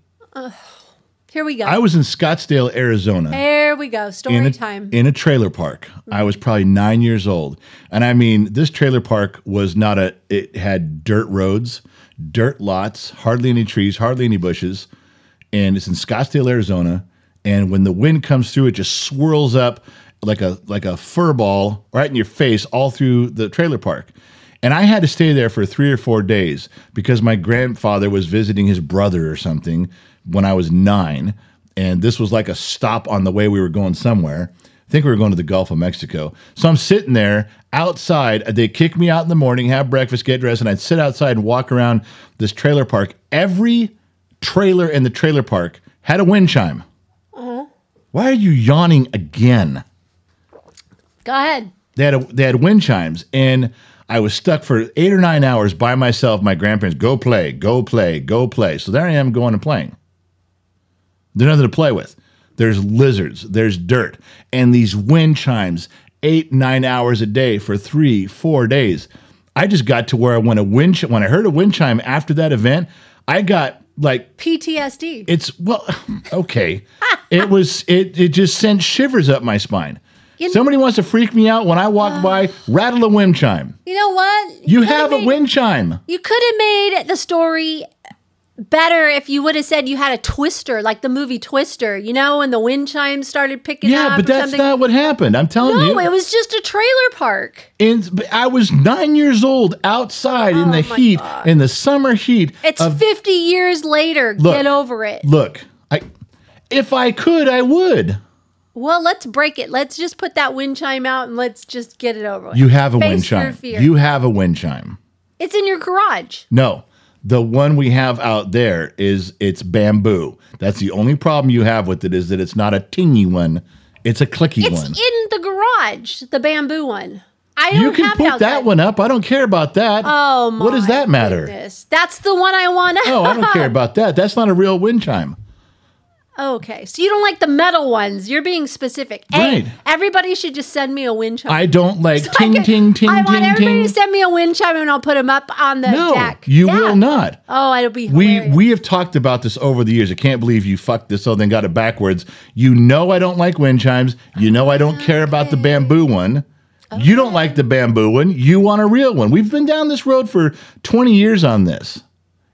S3: Here we go.
S4: I was in Scottsdale, Arizona.
S3: there we go. Story
S4: in a,
S3: time.
S4: in a trailer park. I was probably nine years old, and I mean, this trailer park was not a. It had dirt roads, dirt lots, hardly any trees, hardly any bushes, and it's in Scottsdale, Arizona. And when the wind comes through, it just swirls up like a like a fur ball right in your face, all through the trailer park. And I had to stay there for three or four days because my grandfather was visiting his brother or something when I was nine. And this was like a stop on the way we were going somewhere. I think we were going to the Gulf of Mexico. So I'm sitting there outside. They kick me out in the morning, have breakfast, get dressed, and I'd sit outside and walk around this trailer park. Every trailer in the trailer park had a wind chime. Why are you yawning again?
S3: go ahead.
S4: they had a, they had wind chimes and I was stuck for eight or nine hours by myself. My grandparents go play, go play, go play. So there I am going and playing. There's nothing to play with. there's lizards, there's dirt, and these wind chimes eight, nine hours a day for three, four days. I just got to where when a wind chi- when I heard a wind chime after that event, I got like
S3: PTSD.
S4: it's well, okay. it was it. It just sent shivers up my spine.
S3: You- Uh.
S4: Somebody wants to freak me out when I walk by. Rattle a wind chime.
S3: you know what?
S4: You
S3: could
S4: have a
S3: made-
S4: wind chime.
S3: You could have made the story better if you would have said you had a twister, like the movie Twister. You know, when the wind chimes started picking up.
S4: Yeah,
S3: or
S4: but that's
S3: something.
S4: not what happened. I'm telling
S3: No,
S4: you.
S3: it was just a trailer park.
S4: And- but I was nine years old outside in the
S3: Oh my
S4: heat, in the summer heat.
S3: It's
S4: of-
S3: 50 years later.
S4: Um, Look.
S3: Get over it.
S4: look. I, if I could, I would.
S3: Well, let's break it. Let's just put that wind chime out and let's just get it over with.
S4: You have a
S3: Face
S4: wind
S3: your
S4: chime.
S3: fear.
S4: You have a wind chime.
S3: it's in your garage.
S4: No, the one we have out there is it's bamboo. That's the only problem you have with it is that it's not a tingy one. It's a clicky
S3: It's
S4: one.
S3: in the garage, the bamboo one. I don't
S4: You can
S3: have
S4: put
S3: it
S4: that
S3: outside.
S4: one up. I don't care about that.
S3: Oh my
S4: What does that matter?
S3: goodness. That's the one I want to.
S4: No, I don't care about that. That's not a real wind chime.
S3: Okay, so you don't like the metal ones. You're being specific. Hey,
S4: Right.
S3: Everybody should just send me a wind chime.
S4: I don't like
S3: I
S4: ting
S3: could-
S4: ting ting
S3: I want
S4: ting
S3: everybody
S4: ting.
S3: to send me a wind chime and I'll put them up on the
S4: no,
S3: deck.
S4: you
S3: Yeah.
S4: will not.
S3: Oh, it'll be
S4: We
S3: hilarious.
S4: we have talked about this over the years. I can't believe you fucked this up and got it backwards. You know I don't like wind chimes. You know I don't care about the bamboo one. You don't like the bamboo one. You want a real one. We've been down this road for 20 years on this.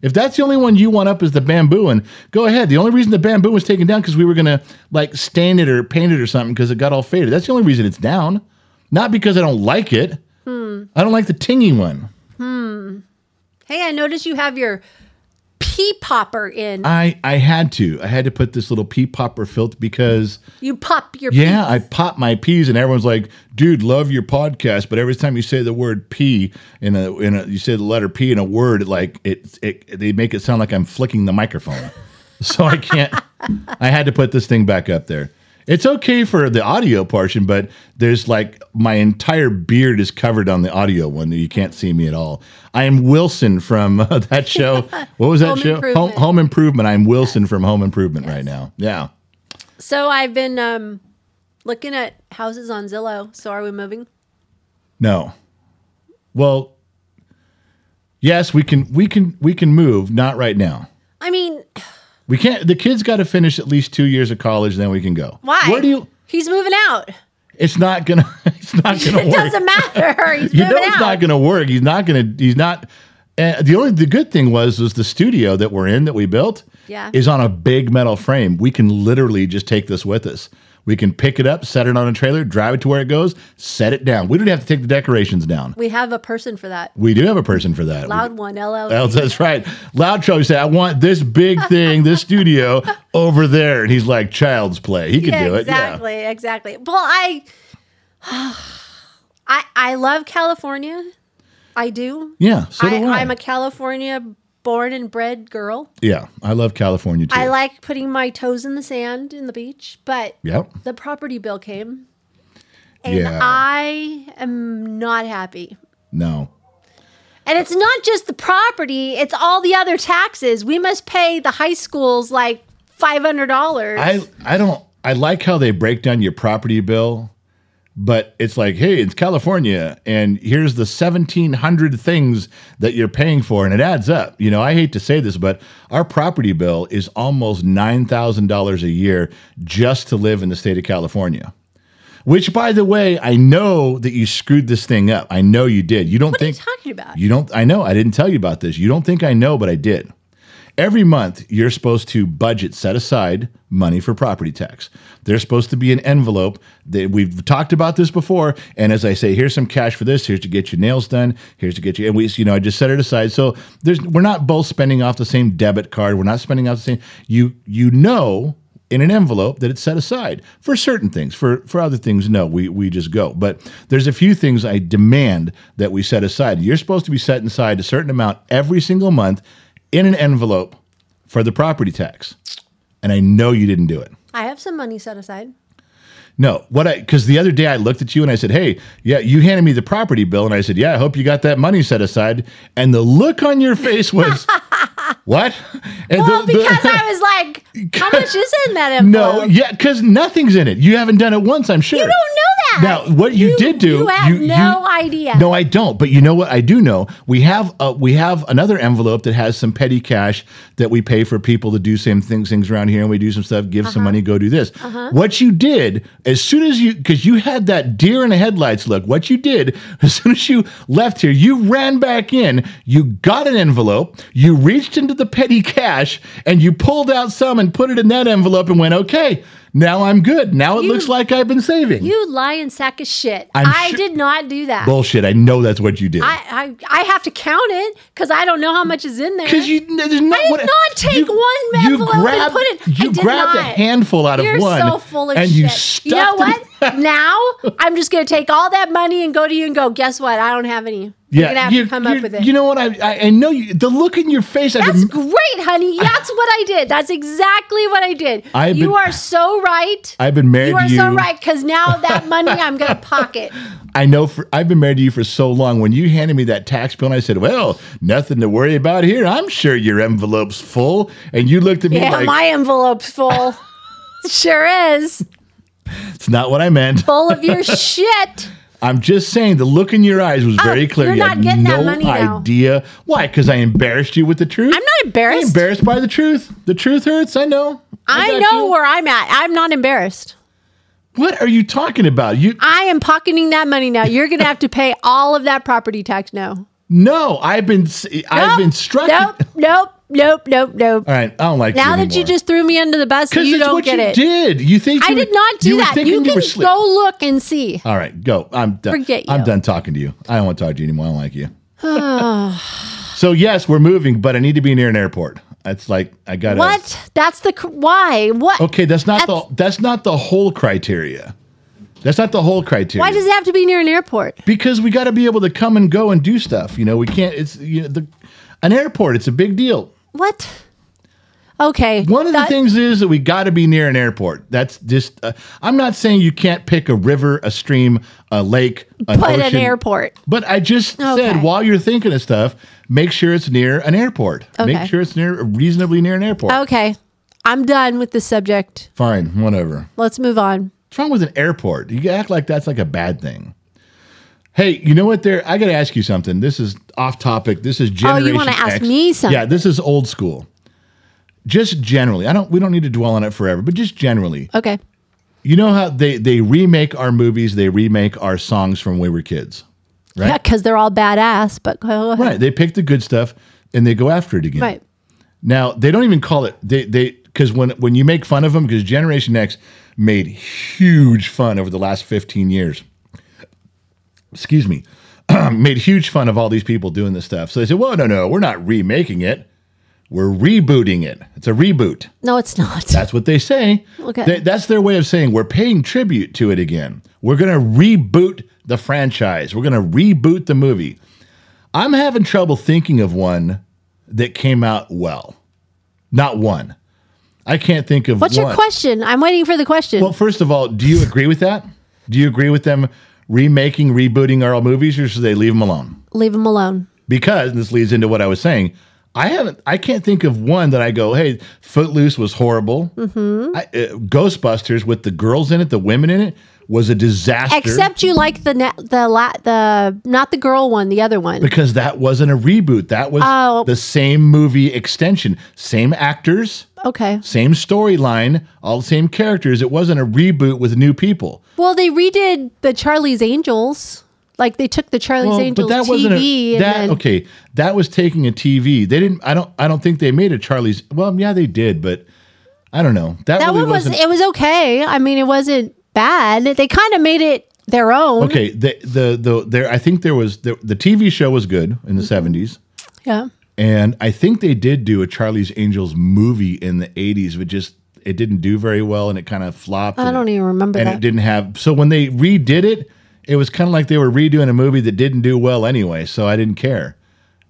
S4: If that's the only one you want up is the bamboo one, go ahead. The only reason the bamboo was taken down because we were gonna like stain it or paint it or something because it got all faded. That's the only reason it's down. Not because I don't like it. I don't like the tingy one.
S3: Hey, I noticed you have your pea popper in.
S4: I I had to. I had to put this little pea popper filter because
S3: you pop your
S4: yeah, I pop my peas and everyone's like, "Dude, love your podcast," but every time you say the word pea in a in a you say the letter P in a word, it like it it they make it sound like I'm flicking the microphone. so I can't I had to put this thing back up there. It's okay for the audio portion, but there's like my entire beard is covered on the audio one. You can't see me at all. I am Wilson from uh, that show. What was that
S3: Home
S4: show? Home,
S3: Improvement.
S4: Home Improvement. I'm Wilson from Home Improvement right now. Yeah.
S3: pea. So I've been um, looking at houses on Zillow. So are we moving?
S4: No. Well, yes, we can we can we can move, not right now.
S3: I mean,
S4: We can't the kid's got to finish at least 2 years of college then we can go.
S3: why?
S4: Where do you
S3: He's moving out.
S4: It's not going to it's not going to
S3: It
S4: work.
S3: doesn't matter. He's
S4: you
S3: moving
S4: know it's
S3: out.
S4: not going to work. He's not going to he's not uh, the only the good thing was was the studio that we're in that we built
S3: Yeah.
S4: is on a big metal frame. We can literally just take this with us. We can pick it up, set it on a trailer, drive it to where it goes, set it down. We don't have to take the decorations down.
S3: we have a person for that.
S4: We do have a person for that. We-
S3: Loud one, E. LL.
S4: Well, that's right. Loud Charlie said, I want this big thing, this studio over there. And he's like, child's play. He could E do it.
S3: Exactly, exactly. Well, I, I, I love California. I do.
S4: Yeah. Yeah. So do
S3: I,
S4: I.
S3: I'm a California born and bred girl.
S4: yeah. I love California too.
S3: I like putting my toes in the sand in the beach, but
S4: Yep.
S3: the property bill came, and
S4: Yeah.
S3: I am not happy.
S4: No.
S3: And it's not just the property; it's all the other taxes. We must pay the high schools like five hundred dollars.
S4: I, I don't, I like how they break down your property bill, but it's like, hey, it's California, and here's the 1,700 things that you're paying for, and it adds up. You know, I hate to say this, but our property bill is almost $9,000 a year just to live in the state of California. Which, by the way, I know that you screwed this thing up. I know you did. You don't
S3: what are you
S4: think
S3: talking about?
S4: you don't. I know. I didn't tell you about this. You don't think I know, but I did. Every month, you're supposed to budget set aside money for property tax. There's supposed to be an envelope that we've talked about this before. And as I say, here's some cash for this. Here's to get your nails done. Here's to get you. And we, you know, I just set it aside. So there's, we're not both spending off the same debit card. We're not spending off the same. You, you know, in an envelope that it's set aside for certain things. For for other things, no, we we just go. But there's a few things I demand that we set aside. You're supposed to be setting aside a certain amount every single month in an envelope for the property tax. And I know you didn't do it.
S3: I have some money set aside.
S4: No, what I because the other day I looked at you and I said, "Hey, yeah, you handed me the property bill," and I said, "Yeah, I hope you got that money set aside." And the look on your face was, What? And
S3: Well,
S4: the- the-
S3: because I was like, how much is in that envelope?
S4: no, yeah, because nothing's in it. You haven't done it once, I'm sure.
S3: You don't know that.
S4: Now, what you, did do,
S3: You have no idea.
S4: No, I don't. But you know what? I do know. We have uh, we have another envelope that has some petty cash that we pay for people to do same things things around here, and we do some stuff, give
S3: Uh-huh.
S4: some money, go do this. What you did as soon as you because you had that deer in the headlights look. What you did as soon as you left here, you ran back in. You got an envelope. You reached into the petty cash and you pulled out some and put it in that envelope and went, okay. Now I'm good. Now it
S3: You-
S4: looks like I've been saving.
S3: You lying sack of shit.
S4: I'm
S3: I
S4: sure-
S3: did not do that.
S4: Bullshit. I know that's what you did.
S3: I, I I have to count it because I don't know how much is in there.
S4: Because you, there's not.
S3: I did not take one envelope and put it- I
S4: You
S3: did
S4: grabbed a
S3: not.
S4: handful out
S3: You're
S4: of one,
S3: so full of
S4: and
S3: shit.
S4: you
S3: know
S4: stuffed
S3: what?
S4: It,
S3: now I'm just gonna take all that money and go to you and go. Guess what? I don't have any. You're gonna have
S4: you-
S3: to come
S4: you-
S3: up with it.
S4: You know what? I, I, I know you. The look in your face. I
S3: That's
S4: can,
S3: great, honey. That's what I did. That's exactly what I did.
S4: I've
S3: you
S4: been-
S3: are so right.
S4: I've been married
S3: you are
S4: to you.
S3: so right because now that money I'm gonna pocket.
S4: I know. For, I've been married to you for so long. When you handed me that tax bill, and I said, "Well, nothing to worry about here. I'm sure your envelope's full." And you looked at me
S3: Yeah,
S4: like,
S3: my envelope's full. sure is
S4: "It's not what I meant."
S3: full of your shit.
S4: I'm just saying the look in your eyes was very clear.
S3: Oh, you're
S4: you
S3: not
S4: had
S3: getting
S4: no
S3: that money now.
S4: idea why? Because I embarrassed you with the truth.
S3: I'm not
S4: I
S3: embarrassed.
S4: embarrassed by the truth. The truth hurts. I know.
S3: I
S4: got
S3: know
S4: you.
S3: where I'm at. I'm not embarrassed.
S4: What are you talking about? You
S3: I am pocketing that money now. You're going to have to pay all of that property tax now.
S4: no. I've been. s- I've
S3: Nope.
S4: been struck.
S3: Nope, nope, nope, nope, nope.
S4: All right. I don't like
S3: now that you just threw me under the bus,
S4: because
S3: you
S4: it's
S3: don't
S4: what
S3: get
S4: you
S3: it.
S4: did. You think
S3: I
S4: you were-
S3: did not do
S4: you were
S3: that.
S4: thinking
S3: You can
S4: were slick.
S3: go look and see.
S4: All right, go. I'm done.
S3: Forget
S4: I'm
S3: you.
S4: done talking to you. I don't want to talk to you anymore. I don't like you. so yes, we're moving, but I need to be near an airport. It's like I got
S3: What? That's the cr- why? What?
S4: Okay, that's not
S3: That's-
S4: the that's not the whole criteria. That's not the whole criteria.
S3: Why does it have to be near an airport?
S4: because we got to be able to come and go and do stuff. You know, we can't. It's you know, the an airport. It's a big deal.
S3: What? Okay.
S4: One of
S3: that-
S4: the things is that we got to be near an airport. That's just. Uh, I'm not saying you can't pick a river, a stream, a lake, an
S3: Put an
S4: ocean,
S3: airport.
S4: But I just
S3: Okay.
S4: said while you're thinking of stuff, make sure it's near an airport.
S3: Okay.
S4: Make sure it's near reasonably near an airport.
S3: Okay. I'm done with the subject.
S4: Fine, whatever.
S3: Let's move on.
S4: What's wrong with an airport? You act like that's like a bad thing. Hey, you know what? There, I got to ask you something. This is off topic. This is
S3: Oh,
S4: generation.
S3: you wanna ask
S4: X.
S3: me something?
S4: Yeah, this is old school. Just generally, I don't. We don't need to dwell on it forever, but just generally,
S3: Okay.
S4: you know how they they remake our movies, they remake our songs from when we were kids, right?
S3: Yeah, because they're all badass, but go ahead.
S4: Right. They pick the good stuff and they go after it again.
S3: Right.
S4: Now they don't even call it they they because when when you make fun of them because Generation X made huge fun over the last fifteen years. Excuse me, made huge fun of all these people doing this stuff. So they said, "Well, no, no, we're not remaking it. We're rebooting it. It's a reboot."
S3: No, it's not.
S4: That's what they say.
S3: Okay.
S4: They- that's their way of saying we're paying tribute to it again. We're going to reboot the franchise. We're going to reboot the movie. I'm having trouble thinking of one that came out well. Not one. I can't think of
S3: What's
S4: one.
S3: your question? I'm waiting for the question.
S4: Well, first of all, do you agree with that? Do you agree with them remaking, rebooting our old movies, or should they leave them alone?
S3: Leave them alone.
S4: because and this leads into what I was saying. I haven't. I can't think of one that I go, "Hey, Footloose was horrible."
S3: Mm-hmm.
S4: I, uh, Ghostbusters with the girls in it, the women in it, was a disaster.
S3: Except you like the na- the la- the not the girl one, the other one.
S4: because that wasn't a reboot. That was
S3: Oh.
S4: the same movie extension, same actors,
S3: Okay.
S4: same storyline, all the same characters. It wasn't a reboot with new people.
S3: Well, they redid the Charlie's Angels. Like they took the Charlie's
S4: Well,
S3: Angels TV
S4: a,
S3: and
S4: that
S3: then
S4: okay. That was taking a TV. They didn't. I don't. I don't think they made a Charlie's. Well, yeah, they did, but I don't know. That,
S3: that
S4: really
S3: one was
S4: wasn't-
S3: it was okay. I mean, it wasn't bad. They kind of made it their own.
S4: Okay, the the the there. I think there was the, the TV show was good
S3: Mm-hmm.
S4: in the seventies,
S3: Yeah.
S4: and I think they did do a Charlie's Angels movie in the eighties, but just it didn't do very well, and it kind of flopped.
S3: I
S4: and-
S3: don't even remember
S4: and
S3: that.
S4: it didn't have. So when they redid it, it was kind of like they were redoing a movie that didn't do well anyway. So I didn't care,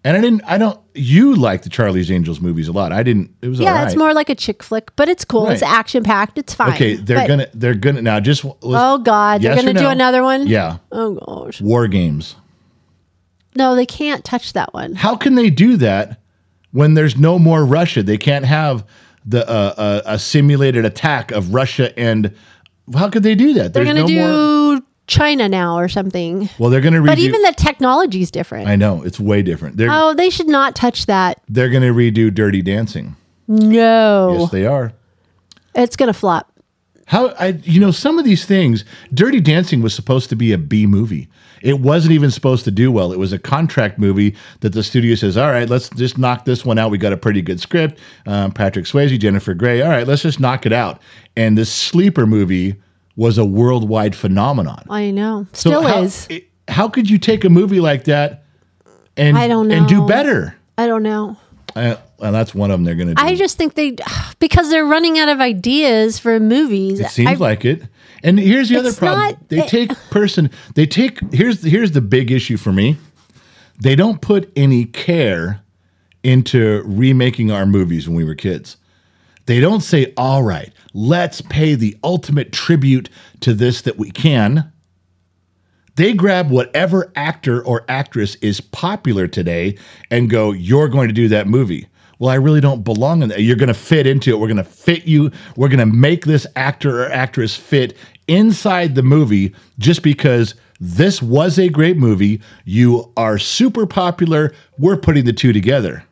S4: and I didn't. I don't. You like the Charlie's Angels movies a lot. I didn't. It was
S3: yeah,
S4: all right.
S3: it's more like a chick flick, but it's cool. It's
S4: Right.
S3: action packed. It's fine.
S4: okay. They're
S3: But-
S4: gonna. They're gonna now. Just let's-
S3: Oh God,
S4: yes
S3: they're
S4: or
S3: gonna do
S4: no?
S3: another one.
S4: Yeah,
S3: Oh gosh.
S4: War Games.
S3: No, they can't touch that one.
S4: How can they do that when there's no more Russia. They can't have the uh, uh, a simulated attack of Russia and how could they do that?
S3: They're
S4: There's
S3: going to
S4: no more.
S3: do China now or something.
S4: Well, they're going to redo.
S3: But even the technology is different.
S4: I know it's way different. They're
S3: oh, they should not touch that.
S4: they're going to redo Dirty Dancing.
S3: No,
S4: Yes, they are.
S3: it's going to flop.
S4: How I you know some of these things Dirty Dancing was supposed to be a B movie. It wasn't even supposed to do well. It was a contract movie that the studio says, "All right, let's just knock this one out. We got a pretty good script. Um, Patrick Swayze, Jennifer Grey. All right, let's just knock it out." And this sleeper movie was a worldwide phenomenon.
S3: I know.
S4: So
S3: Still
S4: how,
S3: is.
S4: it- how could you take a movie like that and
S3: I don't
S4: and do
S3: know.
S4: better?
S3: I don't know.
S4: Uh, well, that's one of them they're going to do.
S3: I just think they because they're running out of ideas for movies.
S4: It seems
S3: I-
S4: like it. And here's the other
S3: It's
S4: problem.
S3: not-
S4: they
S3: it-
S4: take person they take here's here's the big issue for me. They don't put any care into remaking our movies when we were kids. They don't say, "All right, let's pay the ultimate tribute to this that we can." They grab whatever actor or actress is popular today and go, You're going to do that movie. Well, I really don't belong in that. You're going to fit into it. We're going to fit you. We're going to make this actor or actress fit inside the movie just because this was a great movie. You are super popular. We're putting the two together.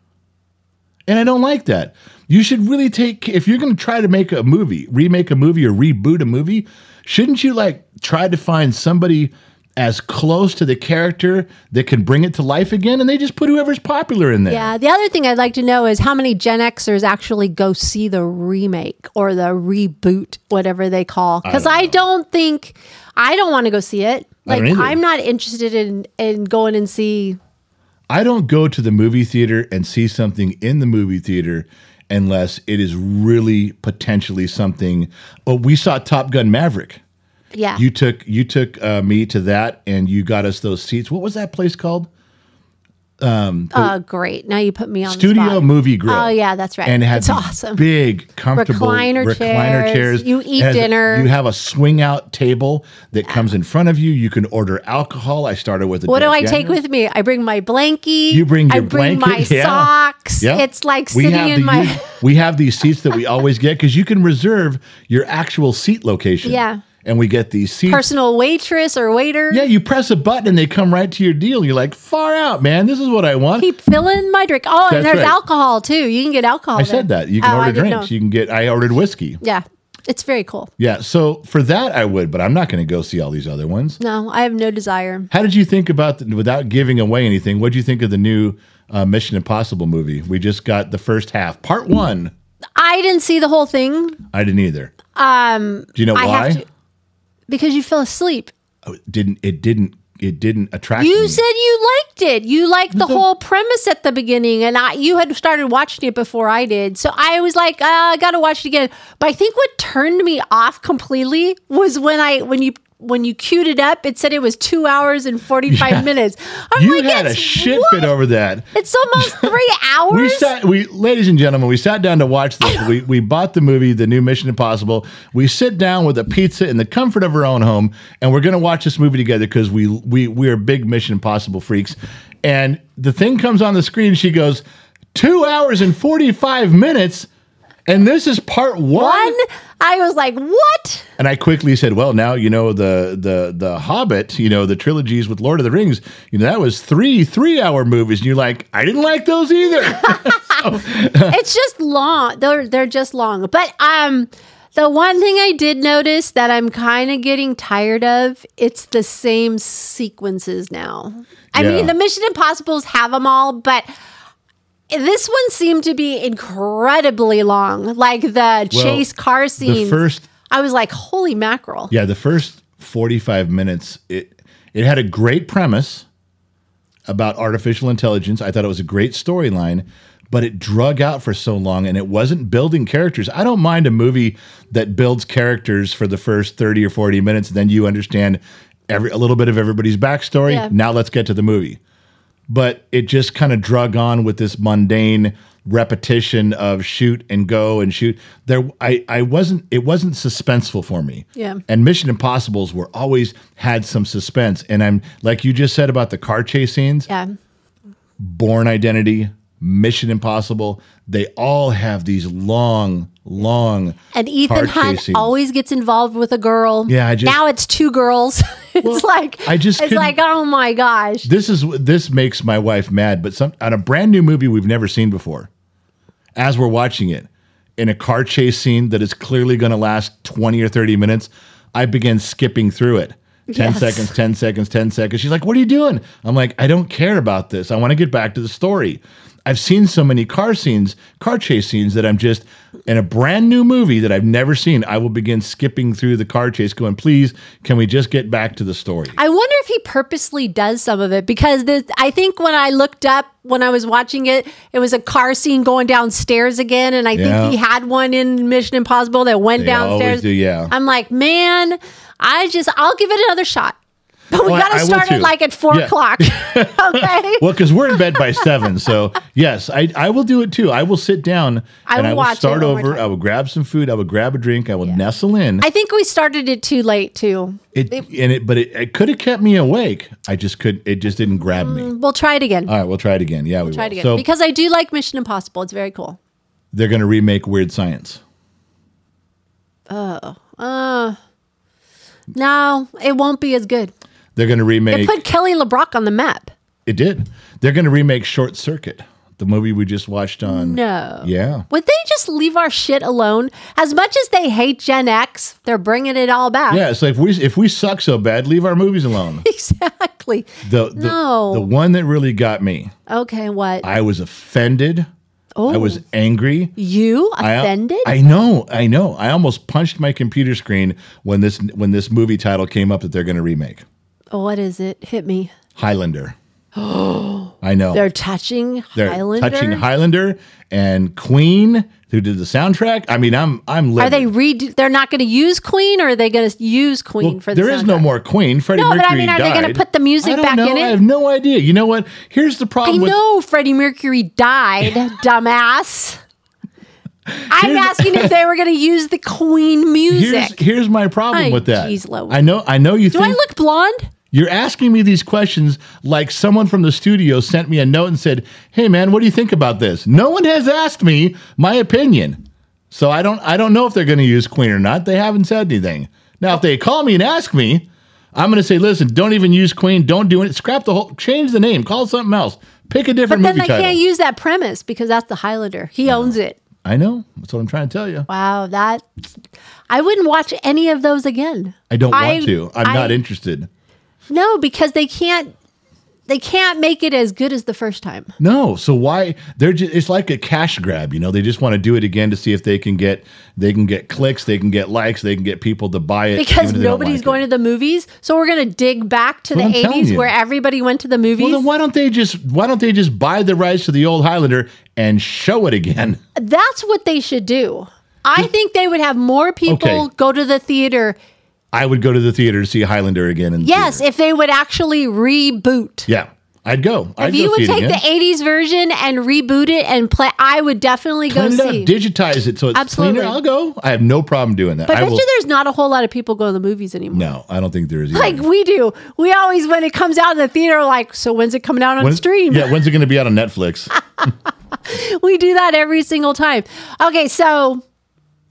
S4: And I don't like that. You should really take if you're going to try to make a movie, remake a movie or reboot a movie, shouldn't you like try to find somebody as close to the character that can bring it to life again and they just put whoever's popular in there.
S3: yeah. The other thing I'd like to know is how many Gen Xers actually go see the remake or the reboot, whatever they call. Because I, don't think I don't want to go see it.
S4: I
S3: Like
S4: don't either.
S3: I'm not interested in in going and see.
S4: I don't go to the movie theater and see something in the movie theater unless it is really potentially something oh we saw Top Gun Maverick.
S3: Yeah.
S4: You took you took uh, me to that and you got us those seats. What was that place called?
S3: oh, great. Now you put me on the
S4: Studio
S3: spot.
S4: Movie Grill.
S3: Oh yeah, that's right.
S4: And it had
S3: it's
S4: these
S3: awesome.
S4: big, comfortable
S3: Recliner chairs. You eat
S4: It has-
S3: dinner.
S4: You have a swing out table that comes in front of you. You can order alcohol. I started with a
S3: What do
S4: Jack
S3: I take
S4: Daniels.
S3: with me? I bring my blankie.
S4: You bring
S3: I
S4: your
S3: bring
S4: blanket,
S3: my
S4: yeah.
S3: socks.
S4: Yep.
S3: It's like
S4: We
S3: sitting
S4: have
S3: in
S4: the
S3: my
S4: u- we have these seats that we always get because you can reserve your actual seat location.
S3: Yeah.
S4: And we get these seats.
S3: personal waitress or waiter.
S4: yeah, you press a button and they come right to your deal. You're like, far out, man. This is what I want.
S3: Keep filling my drink. Oh,
S4: That's
S3: and there's
S4: right.
S3: alcohol too. You can get alcohol. Oh,
S4: I said that. You can order drinks. You can get I ordered whiskey.
S3: yeah, it's very cool.
S4: Yeah, so for that I would, but I'm not going to go see all these other ones.
S3: No, I have no desire.
S4: How did you think about the, without giving away anything? What did you think of the new uh, Mission Impossible movie? We just got the first half, part one.
S3: I didn't see the whole thing
S4: I didn't either. Um, Do you know
S3: I
S4: why?
S3: have to- because you fell asleep.
S4: Oh, it didn't it didn't it didn't attract
S3: You
S4: me.
S3: said you liked it. You liked the whole premise at the beginning, and I you had started watching it before I did. So I was like, uh, I gotta watch it again. But I think what turned me off completely was when I when you when you queued it up, it said it was two hours and forty five
S4: Yeah.
S3: minutes. I'm
S4: you
S3: like,
S4: had a
S3: it's
S4: shit
S3: "Oh what?
S4: fit over that.
S3: It's almost three hours.
S4: We sat, we, ladies and gentlemen, we sat down to watch this. We, we bought the movie, The New Mission Impossible. We sit down with a pizza in the comfort of our own home, and we're going to watch this movie together because we, we, we are big Mission Impossible freaks. And the thing comes on the screen, she goes, two hours and 45 minutes, and this is part
S3: One, I was like, what?
S4: and I quickly said, "Well, now you know the the the Hobbit, you know the trilogies with Lord of the Rings. You know that was three three hour movies, and you're like, I didn't like those either.
S3: it's just long. They're they're just long. But um, the one thing I did notice that I'm kind of getting tired of, it's the same sequences now. I
S4: Yeah.
S3: mean, the Mission Impossible's have them all, but. This one seemed to be incredibly long, like the chase car
S4: the
S3: scene.
S4: first,
S3: I was like, "Holy mackerel!"
S4: yeah, the first forty five minutes, it it had a great premise about artificial intelligence. I thought it was a great storyline." But it drug out for so long and it wasn't building characters. I don't mind a movie that builds characters for the first 30 or 40 minutes, then you understand every a little bit of everybody's backstory.
S3: Yeah.
S4: Now let's get to the movie. but it just kind of drug on with this mundane repetition of shoot and go and shoot there i i wasn't it wasn't suspenseful for me
S3: Yeah.
S4: and mission impossibles were always had some suspense and i'm like you just said about the car chase scenes
S3: Yeah,
S4: born identity Mission Impossible. They all have these long, long.
S3: And Ethan
S4: car
S3: Hunt
S4: chase scenes.
S3: always gets involved with a girl.
S4: Yeah, I just-
S3: now it's two girls. it's
S4: Well,
S3: like
S4: I just
S3: it's
S4: couldn't-
S3: like oh my gosh.
S4: This is this makes my wife mad. But some on a brand new movie we've never seen before, as we're watching it in a car chase scene that is clearly going to last twenty or thirty minutes, I begin skipping through it. 10
S3: Yes.
S4: seconds, 10 seconds, 10 seconds. She's like, What are you doing? I'm like, I don't care about this. I want to get back to the story. I've seen so many car scenes, car chase scenes that I'm just in a brand new movie that I've never seen. I will begin skipping through the car chase, going, Please, can we just get back to the story?
S3: I wonder if he purposely does some of it because the, I think when I looked up when I was watching it, it was a car scene going downstairs again, and I
S4: Yeah.
S3: think he had one in Mission Impossible that went
S4: They always
S3: downstairs.
S4: do, yeah.
S3: I'm like, man, I just I'll give it another shot. But we
S4: Well, I-
S3: got
S4: I
S3: to
S4: will
S3: start
S4: too.
S3: it like at four
S4: Yeah.
S3: o'clock. okay.
S4: Well, because we're in bed by seven, so yes, I, I will do it too. I will sit down
S3: I
S4: and I
S3: will
S4: will
S3: watch it
S4: start
S3: one more
S4: over.
S3: time.
S4: I will grab some food. I will grab a drink. I will nestle in.
S3: I think we started it too late too.
S4: it, and it, but it, it could have kept me awake. I just could. It just didn't grab me.
S3: We'll try it again.
S4: All right, we'll try it again. Yeah, we
S3: Mm. try
S4: will.
S3: it again
S4: Uh, So
S3: because I do like Mission Impossible. It's very cool.
S4: they're going to remake Weird Science.
S3: No, it won't be as good.
S4: They're going to
S3: It
S4: remake.
S3: put Kelly LeBrock on the map.
S4: it did. They're going to remake Short Circuit, the movie we just watched on.
S3: No.
S4: Yeah.
S3: Would they just leave our shit alone? As much as they hate Gen X, they're bringing it all back.
S4: Yeah, it's like if we if we suck so bad, leave our movies alone.
S3: Exactly.
S4: The the,
S3: No.
S4: the one that really got me,
S3: Okay, what?
S4: I was offended. I
S3: Oh.
S4: was angry.
S3: you
S4: I-
S3: offended?
S4: I, know, I know. I almost punched my computer screen when this when this movie title came up that they're going to remake
S3: Oh, what is it? Hit me.
S4: Highlander. I know
S3: They're touching
S4: They're
S3: Highlander.
S4: touching Highlander and Queen, who did the soundtrack. I mean, I'm I'm
S3: are
S4: livid.
S3: they redo? They're not going to use Queen, or are they going to use Queen
S4: Well,
S3: for the
S4: there is no
S3: soundtrack?
S4: more Queen. Freddie
S3: No, but I
S4: Mercury
S3: mean, are they gonna
S4: died.
S3: put the music
S4: I don't
S3: back
S4: know.
S3: in it?
S4: I have no idea. You know what? Here's the
S3: I
S4: problem. with,
S3: know Freddie Mercury died, dumbass. I'm
S4: Here's-
S3: asking if they were going to use the Queen
S4: Here's,
S3: music.
S4: here's my problem
S3: Ay,
S4: with that.
S3: jeez, Lois.
S4: I know. I know you
S3: Do
S4: think
S3: I look blonde?
S4: You're asking me these questions like someone from the studio sent me a note and said, "Hey man, what do you think about this?" No one has asked me my opinion. So I don't I don't know if they're going to use Queen or not. They haven't said anything. Now if they call me and ask me, I'm going to say, "Listen, don't even use Queen. Don't do it. Scrap the whole change the name. Call it something else. Pick a
S3: But
S4: different
S3: then
S4: movie
S3: they
S4: title." Uh-huh.
S3: can't use that premise because that's the Highlander. He owns it.
S4: I know. That's what I'm trying to tell you.
S3: Wow, that I wouldn't watch any of those again.
S4: I don't
S3: I-
S4: want to. I'm
S3: I-
S4: not interested.
S3: No, because they can't they can't make it as good as the first time.
S4: No, so why they're just it's like a cash grab, you know. They just want to do it again to see if they can get they can get clicks, they can get likes, they can get people to buy it
S3: Because nobody's going to the movies, so we're going to dig back to
S4: That's
S3: the
S4: what I'm telling
S3: 80s
S4: you.
S3: where everybody went to the
S4: Well,
S3: movies.
S4: then why don't they just why don't they just buy the rights to the old Highlander and show it again?
S3: that's what they should do. I think they would have more people
S4: Okay.
S3: go to the theater.
S4: I would go to the theater to see Highlander again. In the
S3: Yes,
S4: theater.
S3: if they would actually reboot.
S4: yeah, I'd go. I'd
S3: If
S4: go
S3: you
S4: see
S3: would
S4: it
S3: take the
S4: again.
S3: 80s version and reboot it and play, I would definitely go
S4: Clean it up,
S3: see.
S4: digitize it so it's
S3: Absolutely.
S4: cleaner. I'll go. I have no problem doing that.
S3: But I
S4: I
S3: bet
S4: will.
S3: you there's not a whole lot of people go to the movies anymore.
S4: no, I don't think there is. Either.
S3: Like we do. We always, when it comes out in the theater, we're like, so when's it coming out on
S4: When-
S3: stream?
S4: Yeah, when's it going to be out on Netflix?
S3: We do that every single time. Okay, so,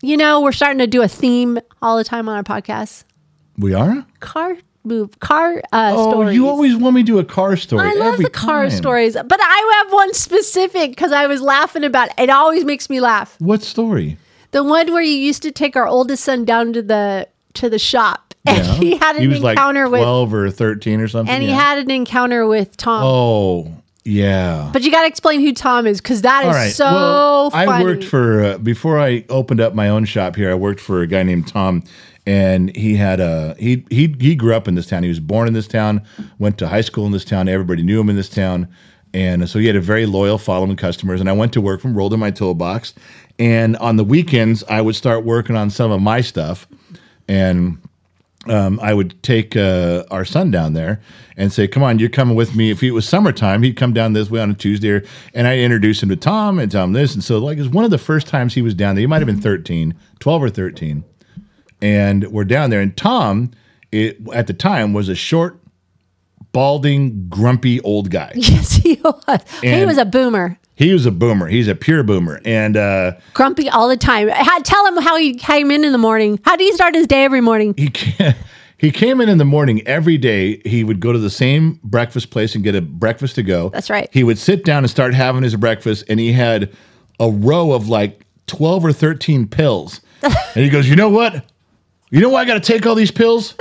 S3: you know, we're starting to do a theme all the time on our podcast.
S4: we are.
S3: Car move, car uh,
S4: Oh,
S3: stories.
S4: you always want me to do a car story.
S3: I love
S4: every
S3: the car
S4: time.
S3: stories, but I have one specific because I was laughing about it. It always makes me laugh.
S4: What story?
S3: The one where you used to take our oldest son down to the to the shop and
S4: Yeah.
S3: he had an encounter
S4: like
S3: with
S4: 12 or 13 or something.
S3: and he
S4: yeah.
S3: had an encounter with Tom.
S4: Oh, yeah.
S3: But you got to explain who Tom is because that is
S4: All right.
S3: so
S4: well,
S3: funny.
S4: I worked for uh, before I opened up my own shop here. I worked for a guy named Tom, and he had a he he he grew up in this town. He was born in this town, went to high school in this town. Everybody knew him in this town, and so he had a very loyal following customers. And I went to work from rolled in my toolbox, and on the weekends I would start working on some of my stuff, and um, I would take uh, our son down there and say, "Come on, you're coming with me." If it was summertime, he'd come down this way on a Tuesday, or- and I'd introduce him to Tom and Tom this, and so like it was one of the first times he was down there. He might have been 13, 12 or thirteen, and we're down there, and Tom, it, at the time, was a short, balding, grumpy old guy.
S3: Yes, he was. he
S4: And-
S3: was a boomer.
S4: He was a boomer. He's a pure boomer. And uh,
S3: Grumpy all the time. Ha- tell him how he came in in the morning. How do you start his day every morning?
S4: he ca- he came in in the morning every day. He would go to the same breakfast place and get a breakfast to go.
S3: That's right.
S4: He would sit down and start having his breakfast, and he had a row of like twelve or thirteen pills. and he goes, "You know what? You know why I got to take all these pills."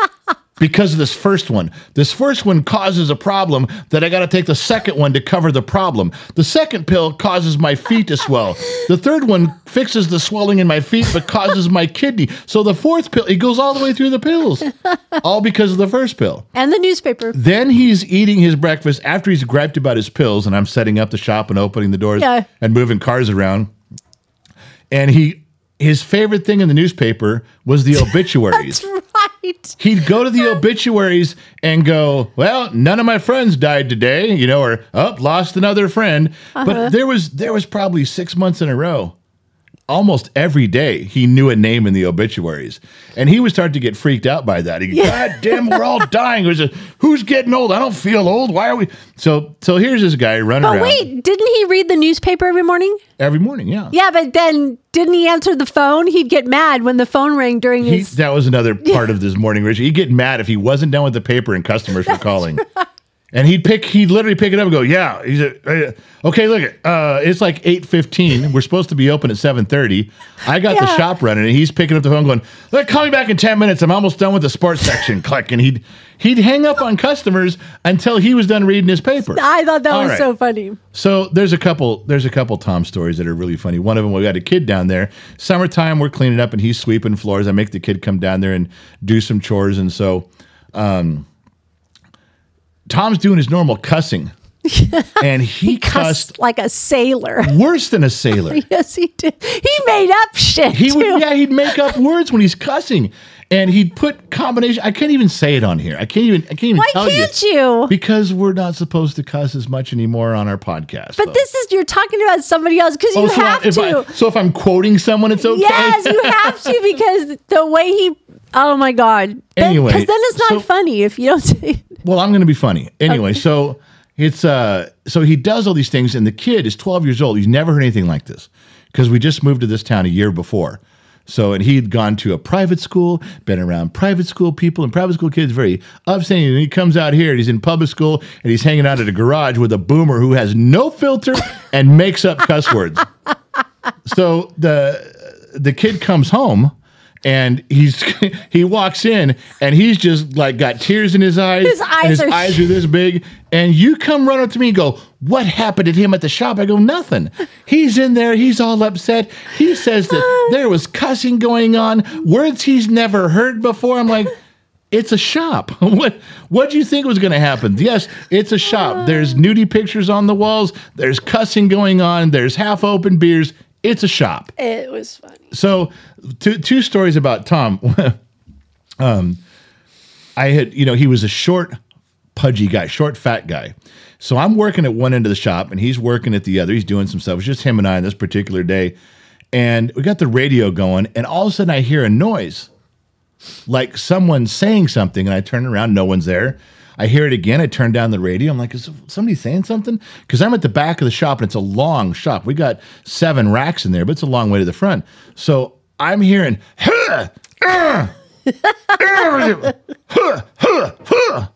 S4: Because of this first one. This first one causes a problem that I got to take the second one to cover the problem. The second pill causes my feet to swell. The third one fixes the swelling in my feet but causes my kidney. So the fourth pill, it goes all the way through the pills, all because of the first pill.
S3: And the newspaper.
S4: Then he's eating his breakfast after he's griped about his pills, and I'm setting up the shop and opening the doors
S3: Yeah.
S4: and moving cars around. And he, his favorite thing in the newspaper was the obituaries
S3: That's right.
S4: he'd go to the obituaries and go, "Well, none of my friends died today," you know, or "Up, lost another friend."
S3: Uh-huh.
S4: But there was there was probably six months in a row, almost every day he knew a name in the obituaries, and he would start to get freaked out by that. He, God damn, we're all dying. It was just, who's getting old? I don't feel old. Why are we? So so here's this guy running
S3: But
S4: around
S3: wait, didn't he read the newspaper every morning?
S4: every morning. Yeah.
S3: Yeah, but then didn't he answer the phone? He'd get mad when the phone rang during
S4: He,
S3: his.
S4: that was another part of this morning ritual. He'd get mad if he wasn't done with the paper and customers were calling. And he'd pick, he'd literally pick it up and go, yeah. He's a, uh, okay, look, uh, it's like eight fifteen. We're supposed to be open at seven thirty. I got the
S3: Yeah.
S4: shop running, and he's picking up the phone, going, "Look, call me back in ten minutes. I'm almost done with the sports section." Click, and he'd he'd hang up on customers until he was done reading his paper.
S3: I thought that
S4: All
S3: was
S4: right.
S3: so funny.
S4: So there's a couple there's a couple Tom stories that are really funny. One of them we got a kid down there. Summertime, we're cleaning up and he's sweeping floors. I make the kid come down there and do some chores, and so um, Tom's doing his normal cussing, and he, cussed
S3: Cussed like a sailor.
S4: worse than a sailor.
S3: yes, he did. He made up shit.
S4: He
S3: too.
S4: would, yeah, he'd make up words when he's cussing, and he'd put combination. I can't even say it on here. I can't even. I can't even.
S3: Why
S4: tell
S3: can't you?
S4: Because we're not supposed to cuss as much anymore on our podcast.
S3: But
S4: though.
S3: this is you're talking about somebody else because you
S4: Oh, so I-
S3: have
S4: if
S3: to.
S4: I, so if I'm quoting someone, it's okay.
S3: Yes, you have to because the way he. Oh my god.
S4: Anyway,
S3: because then it's not
S4: so-
S3: funny if you don't. Say,
S4: well, I'm going to be funny anyway. So it's uh, so he does all these things, and the kid is 12 years old. He's never heard anything like this because we just moved to this town a year before. So and he'd gone to a private school, been around private school people and private school kids, very upstanding. And he comes out here and he's in public school and he's hanging out at a garage with a boomer who has no filter and makes up cuss words. so the the kid comes home and he's he walks in and he's just like got tears in his eyes
S3: His
S4: and
S3: eyes
S4: his
S3: are-
S4: eyes are this big and you come run up to me and go what happened to him at the shop i go nothing he's in there he's all upset he says that there was cussing going on words he's never heard before i'm like it's a shop. What what do you think was going to happen? Yes, it's a shop. There's nudie pictures on the walls. There's cussing going on. There's half open beers. It's a shop.
S3: it was funny.
S4: So two two stories about Tom. um, I had you know he was a short, pudgy guy, short, fat guy. So I'm working at one end of the shop and he's working at the other. He's doing some stuff. It's just him and I on this particular day, and we got the radio going, and all of a sudden I hear a noise, like someone saying something, and I turn around, no one's there. I hear it again. I turn down the radio. I'm like, is somebody saying something? Because I'm at the back of the shop and it's a long shop. We got seven racks in there, but it's a long way to the front. So I'm hearing, huh, uh, uh,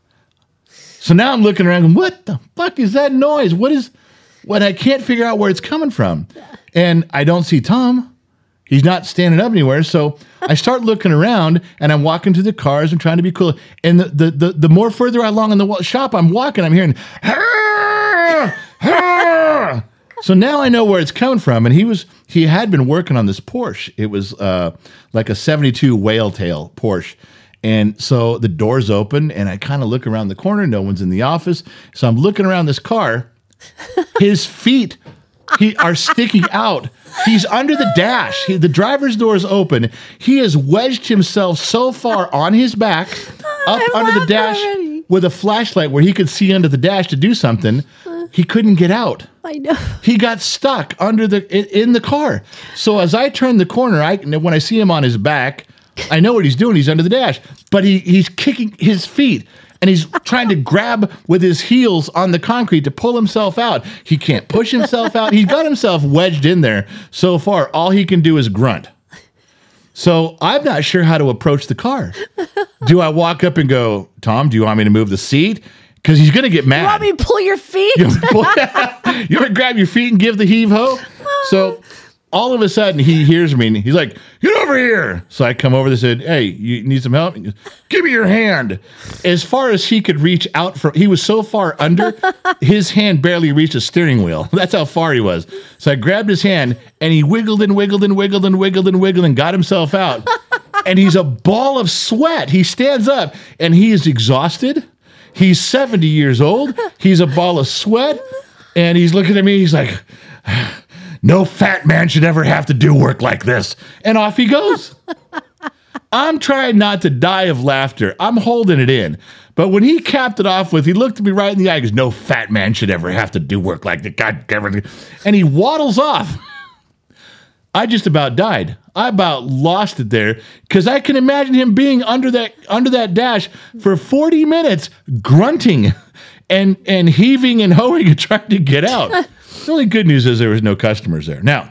S4: So now I'm looking around going, what the fuck is that noise? What is what I can't figure out where it's coming from. And I don't see Tom. He's not standing up anywhere. So I start looking around and I'm walking to the cars. I'm trying to be cool. And the the the, the more further along in the wa- shop I'm walking, I'm hearing "Arr! Arr!" So now I know where it's coming from. And he was he had been working on this Porsche. It was uh, like a 72 whale tail Porsche. And so the doors open and I kind of look around the corner. No one's in the office. So I'm looking around this car. His feet he are sticking out. He's under the dash. He- the driver's door is open. He has wedged himself so far on his back up
S3: I'm
S4: under the
S3: laughing
S4: dash
S3: already.
S4: with a flashlight where he could see under the dash to do something. He couldn't get out
S3: I know.
S4: he got stuck under the in, in the car. So as I turn the corner, I when I see him on his back, I know what he's doing. He's under the dash, but he he's kicking his feet, and he's trying to grab with his heels on the concrete to pull himself out. He can't push himself out. He's got himself wedged in there so far. All he can do is grunt. So I'm not sure how to approach the car. Do I walk up and go, Tom, do you want me to move the seat? Because he's going to get mad.
S3: Let me pull your feet.
S4: you ever grab your feet and give the heave ho? So all of a sudden he hears me and he's like, Get over here. So I come over and said, Hey, you need some help? He goes, Give me your hand. As far as he could reach out from he was so far under, his hand barely reached the steering wheel. That's how far he was. So I grabbed his hand and he wiggled and wiggled and wiggled and wiggled and wiggled and got himself out. And he's a ball of sweat. He stands up and he is exhausted. He's 70 years old. He's a ball of sweat. And he's looking at me. He's like, no fat man should ever have to do work like this. And off he goes. I'm trying not to die of laughter. I'm holding it in. But when he capped it off with, he looked at me right in the eye. He goes, no fat man should ever have to do work like that. God damn it. And he waddles off. I just about died. I about lost it there because I can imagine him being under that under that dash for 40 minutes, grunting and and heaving and hoeing and trying to get out. the only good news is there was no customers there. Now,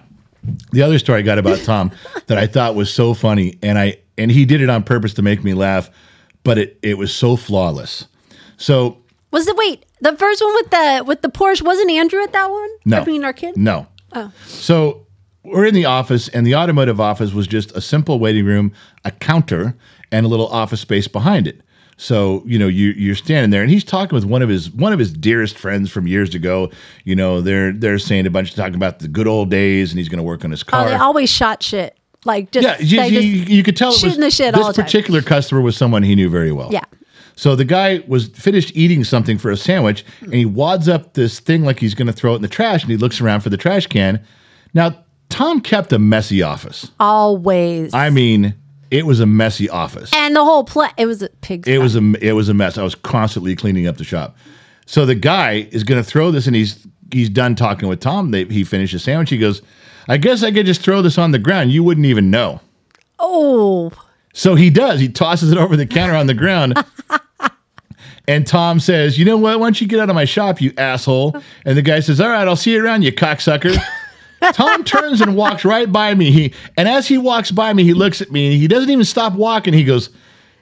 S4: the other story I got about Tom that I thought was so funny, and I and he did it on purpose to make me laugh, but it it was so flawless. So
S3: Was the wait the first one with the with the Porsche? Wasn't Andrew at that one?
S4: no,
S3: I mean our kid.
S4: No. Oh. So we're in the office, and the automotive office was just a simple waiting room, a counter, and a little office space behind it. So you know you you're standing there, and he's talking with one of his one of his dearest friends from years ago. You know they're they're saying a bunch of talking about the good old days, and he's going to work on his
S3: Oh,
S4: car.
S3: they always shot shit. Like just
S4: yeah, you,
S3: they
S4: you,
S3: just-
S4: you could tell it was
S3: shooting the shit
S4: this
S3: all the time.
S4: particular customer was someone he knew very well.
S3: Yeah.
S4: So the guy was finished eating something for a sandwich, and he wads up this thing like he's going to throw it in the trash, and he looks around for the trash can. Now Tom kept a messy office.
S3: always.
S4: I mean, it was a messy office.
S3: and the whole play it was a pig.
S4: It was a it was a mess. I was constantly cleaning up the shop. So the guy is going to throw this, and he's he's done talking with Tom. They, he finished his sandwich. He goes, "I guess I could just throw this on the ground. You wouldn't even know."
S3: oh,
S4: So he does. He tosses it over the counter on the ground. And Tom says, You know what? Why don't you get out of my shop, you asshole? And the guy says, All right, I'll see you around, you cocksucker. Tom turns and walks right by me. He and as he walks by me, he looks at me and he doesn't even stop walking. He goes,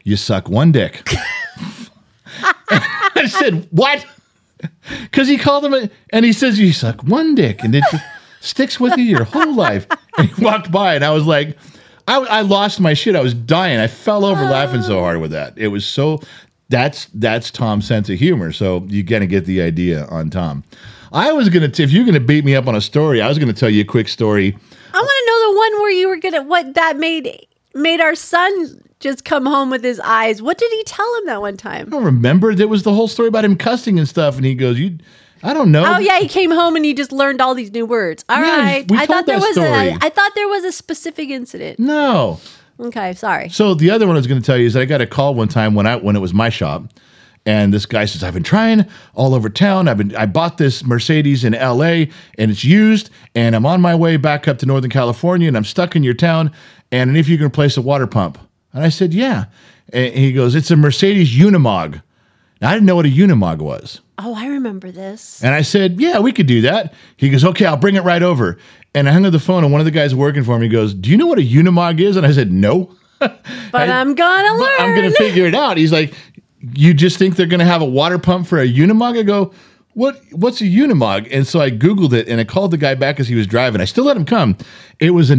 S4: You suck one dick. I said, What? Because he called him a, and he says, You suck one dick. And it just sticks with you your whole life. And he walked by and I was like, I, I lost my shit. I was dying. I fell
S3: Oh.
S4: over laughing so hard with that. It was so that's that's Tom's sense of humor. So you gotta get the idea on Tom. I was gonna t- if you're gonna beat me up on a story, I was gonna tell you a quick story.
S3: I want to know the one where you were gonna what that made made our son just come home with his eyes. What did he tell him that one time?
S4: I don't remember there was the whole story about him cussing and stuff, and he goes, You I don't know.
S3: Oh yeah, he came home and he just learned all these new words. All
S4: Yeah,
S3: right,
S4: we
S3: I
S4: told
S3: thought there
S4: that
S3: was
S4: story.
S3: a I thought there was a specific incident.
S4: No.
S3: Okay, sorry.
S4: So the other one I was going to tell you is that I got a call one time when I when it was my shop, and this guy says I've been trying all over town. I've been I bought this Mercedes in L.A. and it's used, and I'm on my way back up to Northern California, and I'm stuck in your town, and if you can replace a water pump, and I said yeah, and he goes it's a Mercedes Unimog. Now, I didn't know what a Unimog was.
S3: Oh, I remember this.
S4: And I said, Yeah, we could do that. He goes, Okay, I'll bring it right over. And I hung up the phone, and one of the guys working for me goes, Do you know what a Unimog is? And I said, No.
S3: But I, am gonna learn.
S4: But I'm going to figure it out. He's like, you just think they're going to have a water pump for a Unimog? I go, what? What's a Unimog? And so I Googled it and I called the guy back as he was driving. I still let him come. It was a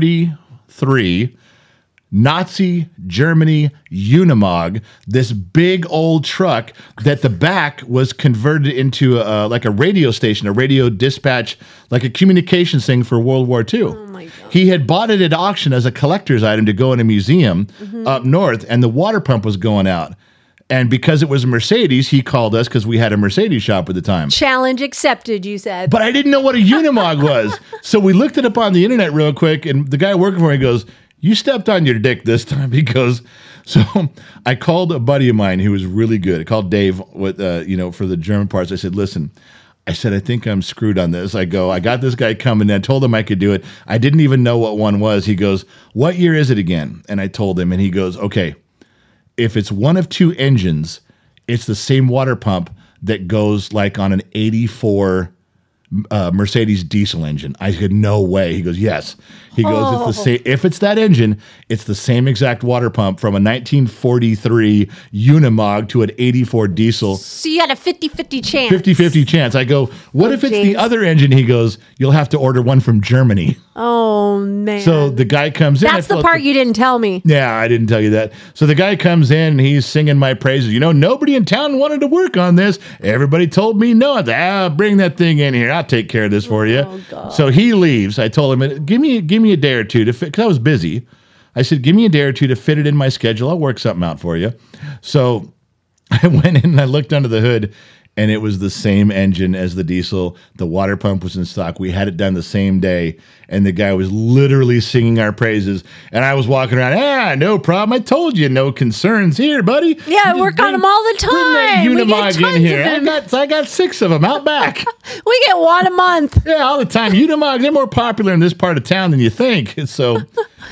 S4: 1943 Nazi Germany Unimog, this big old truck that the back was converted into a, like a radio station, a radio dispatch, like a communications thing for World War II. Oh
S3: my God.
S4: He had bought it at auction as a collector's item to go in a museum
S3: Mm-hmm.
S4: up north, and the water pump was going out. And because it was a Mercedes, he called us because we had a Mercedes shop at the time
S3: Challenge accepted. You said.
S4: but I didn't know what a Unimog was. So we looked it up on the internet real quick, and the guy working for me goes, You stepped on your dick this time. He goes, So I called a buddy of mine who was really good. I called Dave with, uh, you know, for the German parts. I said, Listen, I said, I think I'm screwed on this. I go, I got this guy coming. I told him I could do it. I didn't even know what one was. He goes, What year is it again? And I told him, and he goes, Okay, if it's one of two engines, it's the same water pump that goes like on an 84 uh, Mercedes diesel engine. I said, no way. He goes, yes. He goes, it's
S3: Oh.
S4: the same. If it's that engine, it's the same exact water pump from a 1943 Unimog to an 84 diesel.
S3: So you had a 50 50 chance.
S4: 50 50 chance. I go, what if it's the
S3: Oh, James.
S4: other engine? He goes, you'll have to order one from Germany.
S3: Oh, man.
S4: So the guy comes in. I
S3: That's the
S4: felt-
S3: part you didn't tell me.
S4: yeah, I didn't tell you that. So the guy comes in and he's singing my praises. You know, nobody in town wanted to work on this. Everybody told me no. I said, ah, bring that thing in here. I'll take care of this for you. so he leaves. I told him, give me give me a day or two to fit because I was busy. I said, give me a day or two to fit it in my schedule. I'll work something out for you. So I went in and I looked under the hood, and it was the same engine as the diesel. The water pump was in stock. We had it done the same day, and the guy was literally singing our praises. And I was walking around, ah, no problem. I told you, no concerns here, buddy.
S3: Yeah, I
S4: You just
S3: work on
S4: bring-
S3: 'em all the
S4: Bring that
S3: time. We get
S4: Unimog
S3: tons
S4: in
S3: of
S4: here. I
S3: them."
S4: got, I got six of them out back.
S3: We get one a month.
S4: Yeah, all the time. Unimog, they're more popular in this part of town than you think. So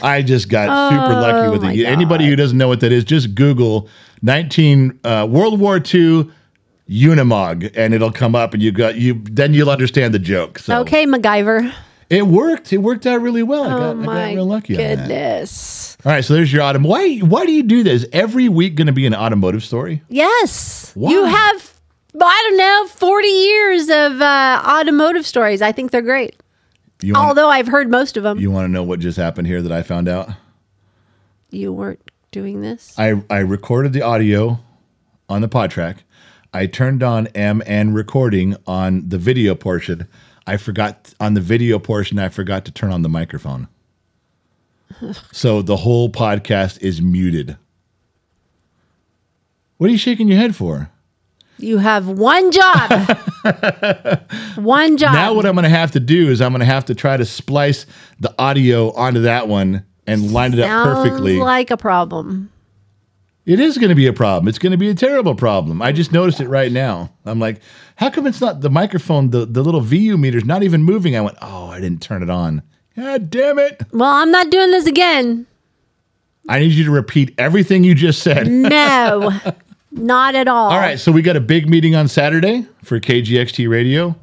S4: I just got super lucky with
S3: Oh my
S4: it. Anybody who doesn't know what that is, just Google 19 uh, World War II Unimog, and it'll come up, and you got you. Then you'll understand the joke. So
S3: Okay, MacGyver.
S4: it worked. It worked out really well. I got,
S3: Oh,
S4: I got
S3: my
S4: real lucky. on that.
S3: goodness.
S4: All right, so there's your autumn. Why? Why do you do this? Every week going to be an automotive story?
S3: Yes.
S4: Why?
S3: You have, I don't know, 40 years of uh, automotive stories. I think they're great.
S4: You wanna,
S3: Although I've heard most of them. You,
S4: you want to know what just happened here that I found out?
S3: weren't doing this.
S4: I, I recorded the audio on the pod track. I turned on M and recording on the video portion. I forgot on the video portion, I forgot to turn on the microphone. so the whole podcast is muted. What are you shaking your head for?
S3: You have one job. one job.
S4: Now, what I'm going to have to do is I'm going to have to try to splice the audio onto that one and line it up
S3: Sounds
S4: perfectly.
S3: like a problem.
S4: It is going to be a problem. It's going to be a terrible problem. I just noticed it right now. I'm like, how come it's not the microphone, the, the little VU meter's not even moving? I went, oh, I didn't turn it on. God damn it.
S3: Well, I'm not doing this again.
S4: I need you to repeat everything you just said.
S3: No, not at all.
S4: All right. So we got a big meeting on Saturday for KGXT Radio.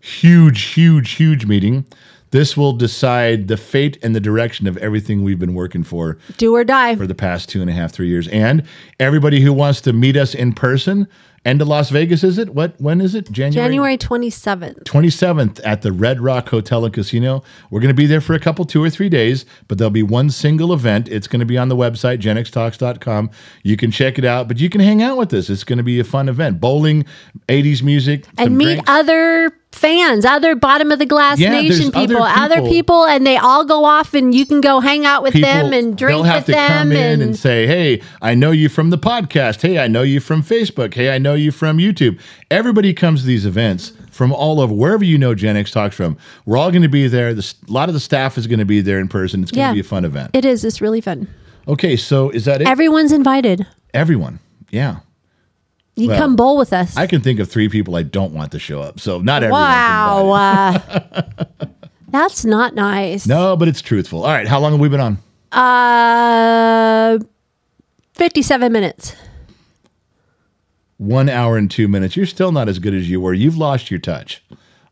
S4: Huge, huge, huge meeting. This will decide the fate and the direction of everything we've been working for
S3: Do or die.
S4: for the past two and a half, three years. And everybody who wants to meet us in person, and to Las Vegas, is it? What? When is it? January.
S3: January 27th.
S4: 27th at the Red Rock Hotel and Casino. We're going to be there for a couple, two or three days, but there'll be one single event. It's going to be on the website, genxtalks.com. You can check it out, but you can hang out with us. It's going to be a fun event. Bowling, 80s music, some
S3: And meet
S4: drinks.
S3: other fans, other bottom of the glass
S4: Yeah,
S3: nation
S4: there's other
S3: people, other
S4: people.
S3: people, and they all go off and you can go hang out with them and drink
S4: they'll have
S3: with
S4: to
S3: them.
S4: come in
S3: and,
S4: and say, "Hey, I know you from the podcast. Hey, I know you from Facebook. Hey, I know you from YouTube." Everybody comes to these events from all over, wherever you know Gen X talks from. We're all going to be there. The s- a lot of the staff is going to be there in person. It's going to
S3: Yeah.
S4: be a fun event.
S3: it is, it's really fun.
S4: okay, so is that it?
S3: Everyone's invited.
S4: Everyone, yeah.
S3: You
S4: Well,
S3: come bowl with us.
S4: I can think of three people I don't want to show up. So not everyone.
S3: wow. uh, that's not nice.
S4: No, but it's truthful. All right, how long have we been on?
S3: Uh, 57 minutes.
S4: one hour and two minutes. You're still not as good as you were. You've lost your touch.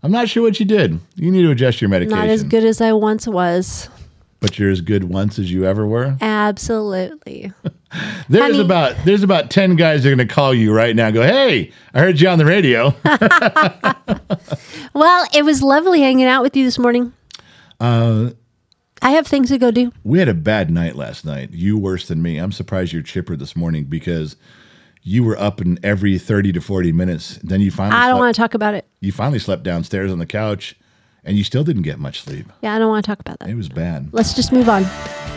S4: I'm not sure what you did. You need to adjust your medication.
S3: Not as good as I once was.
S4: But you're as good once as you ever were.
S3: Absolutely.
S4: There's
S3: Honey.
S4: about there's about ten guys that are gonna call you right now and go, Hey, I heard you on the radio.
S3: Well, it was lovely hanging out with you this morning. Uh, I have things to go do.
S4: we had a bad night last night. You worse than me. I'm surprised you're chipper this morning because you were up in every thirty to forty minutes. Then you finally
S3: I don't
S4: slept-
S3: want to talk about it.
S4: you finally slept downstairs on the couch and you still didn't get much sleep.
S3: Yeah, I don't want to talk about
S4: It
S3: that.
S4: was bad.
S3: Let's just move on.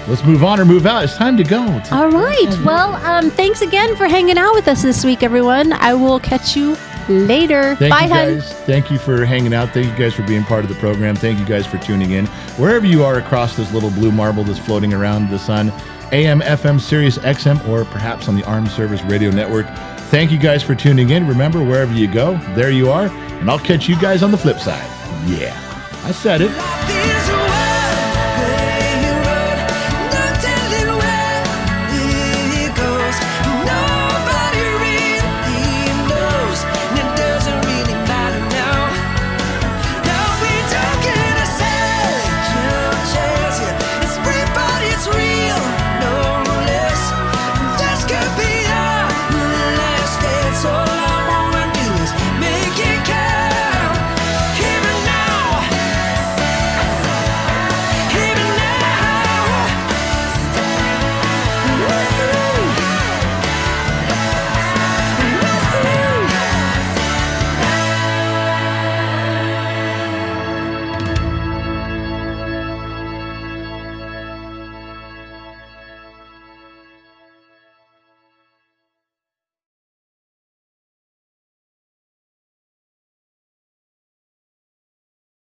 S4: Let's move on or move out. It's time to go. It's
S3: All right. Well, um, thanks again for hanging out with us this week, everyone. I will catch you later.
S4: Thank
S3: Bye,
S4: you
S3: hun.
S4: guys. Thank you for hanging out. Thank you guys for being part of the program. Thank you guys for tuning in. Wherever you are across this little blue marble that's floating around the sun, AM, FM, Sirius XM, or perhaps on the Armed Service Radio Network. Thank you guys for tuning in. Remember, wherever you go, there you are. And I'll catch you guys on the flip side. Yeah, I said it.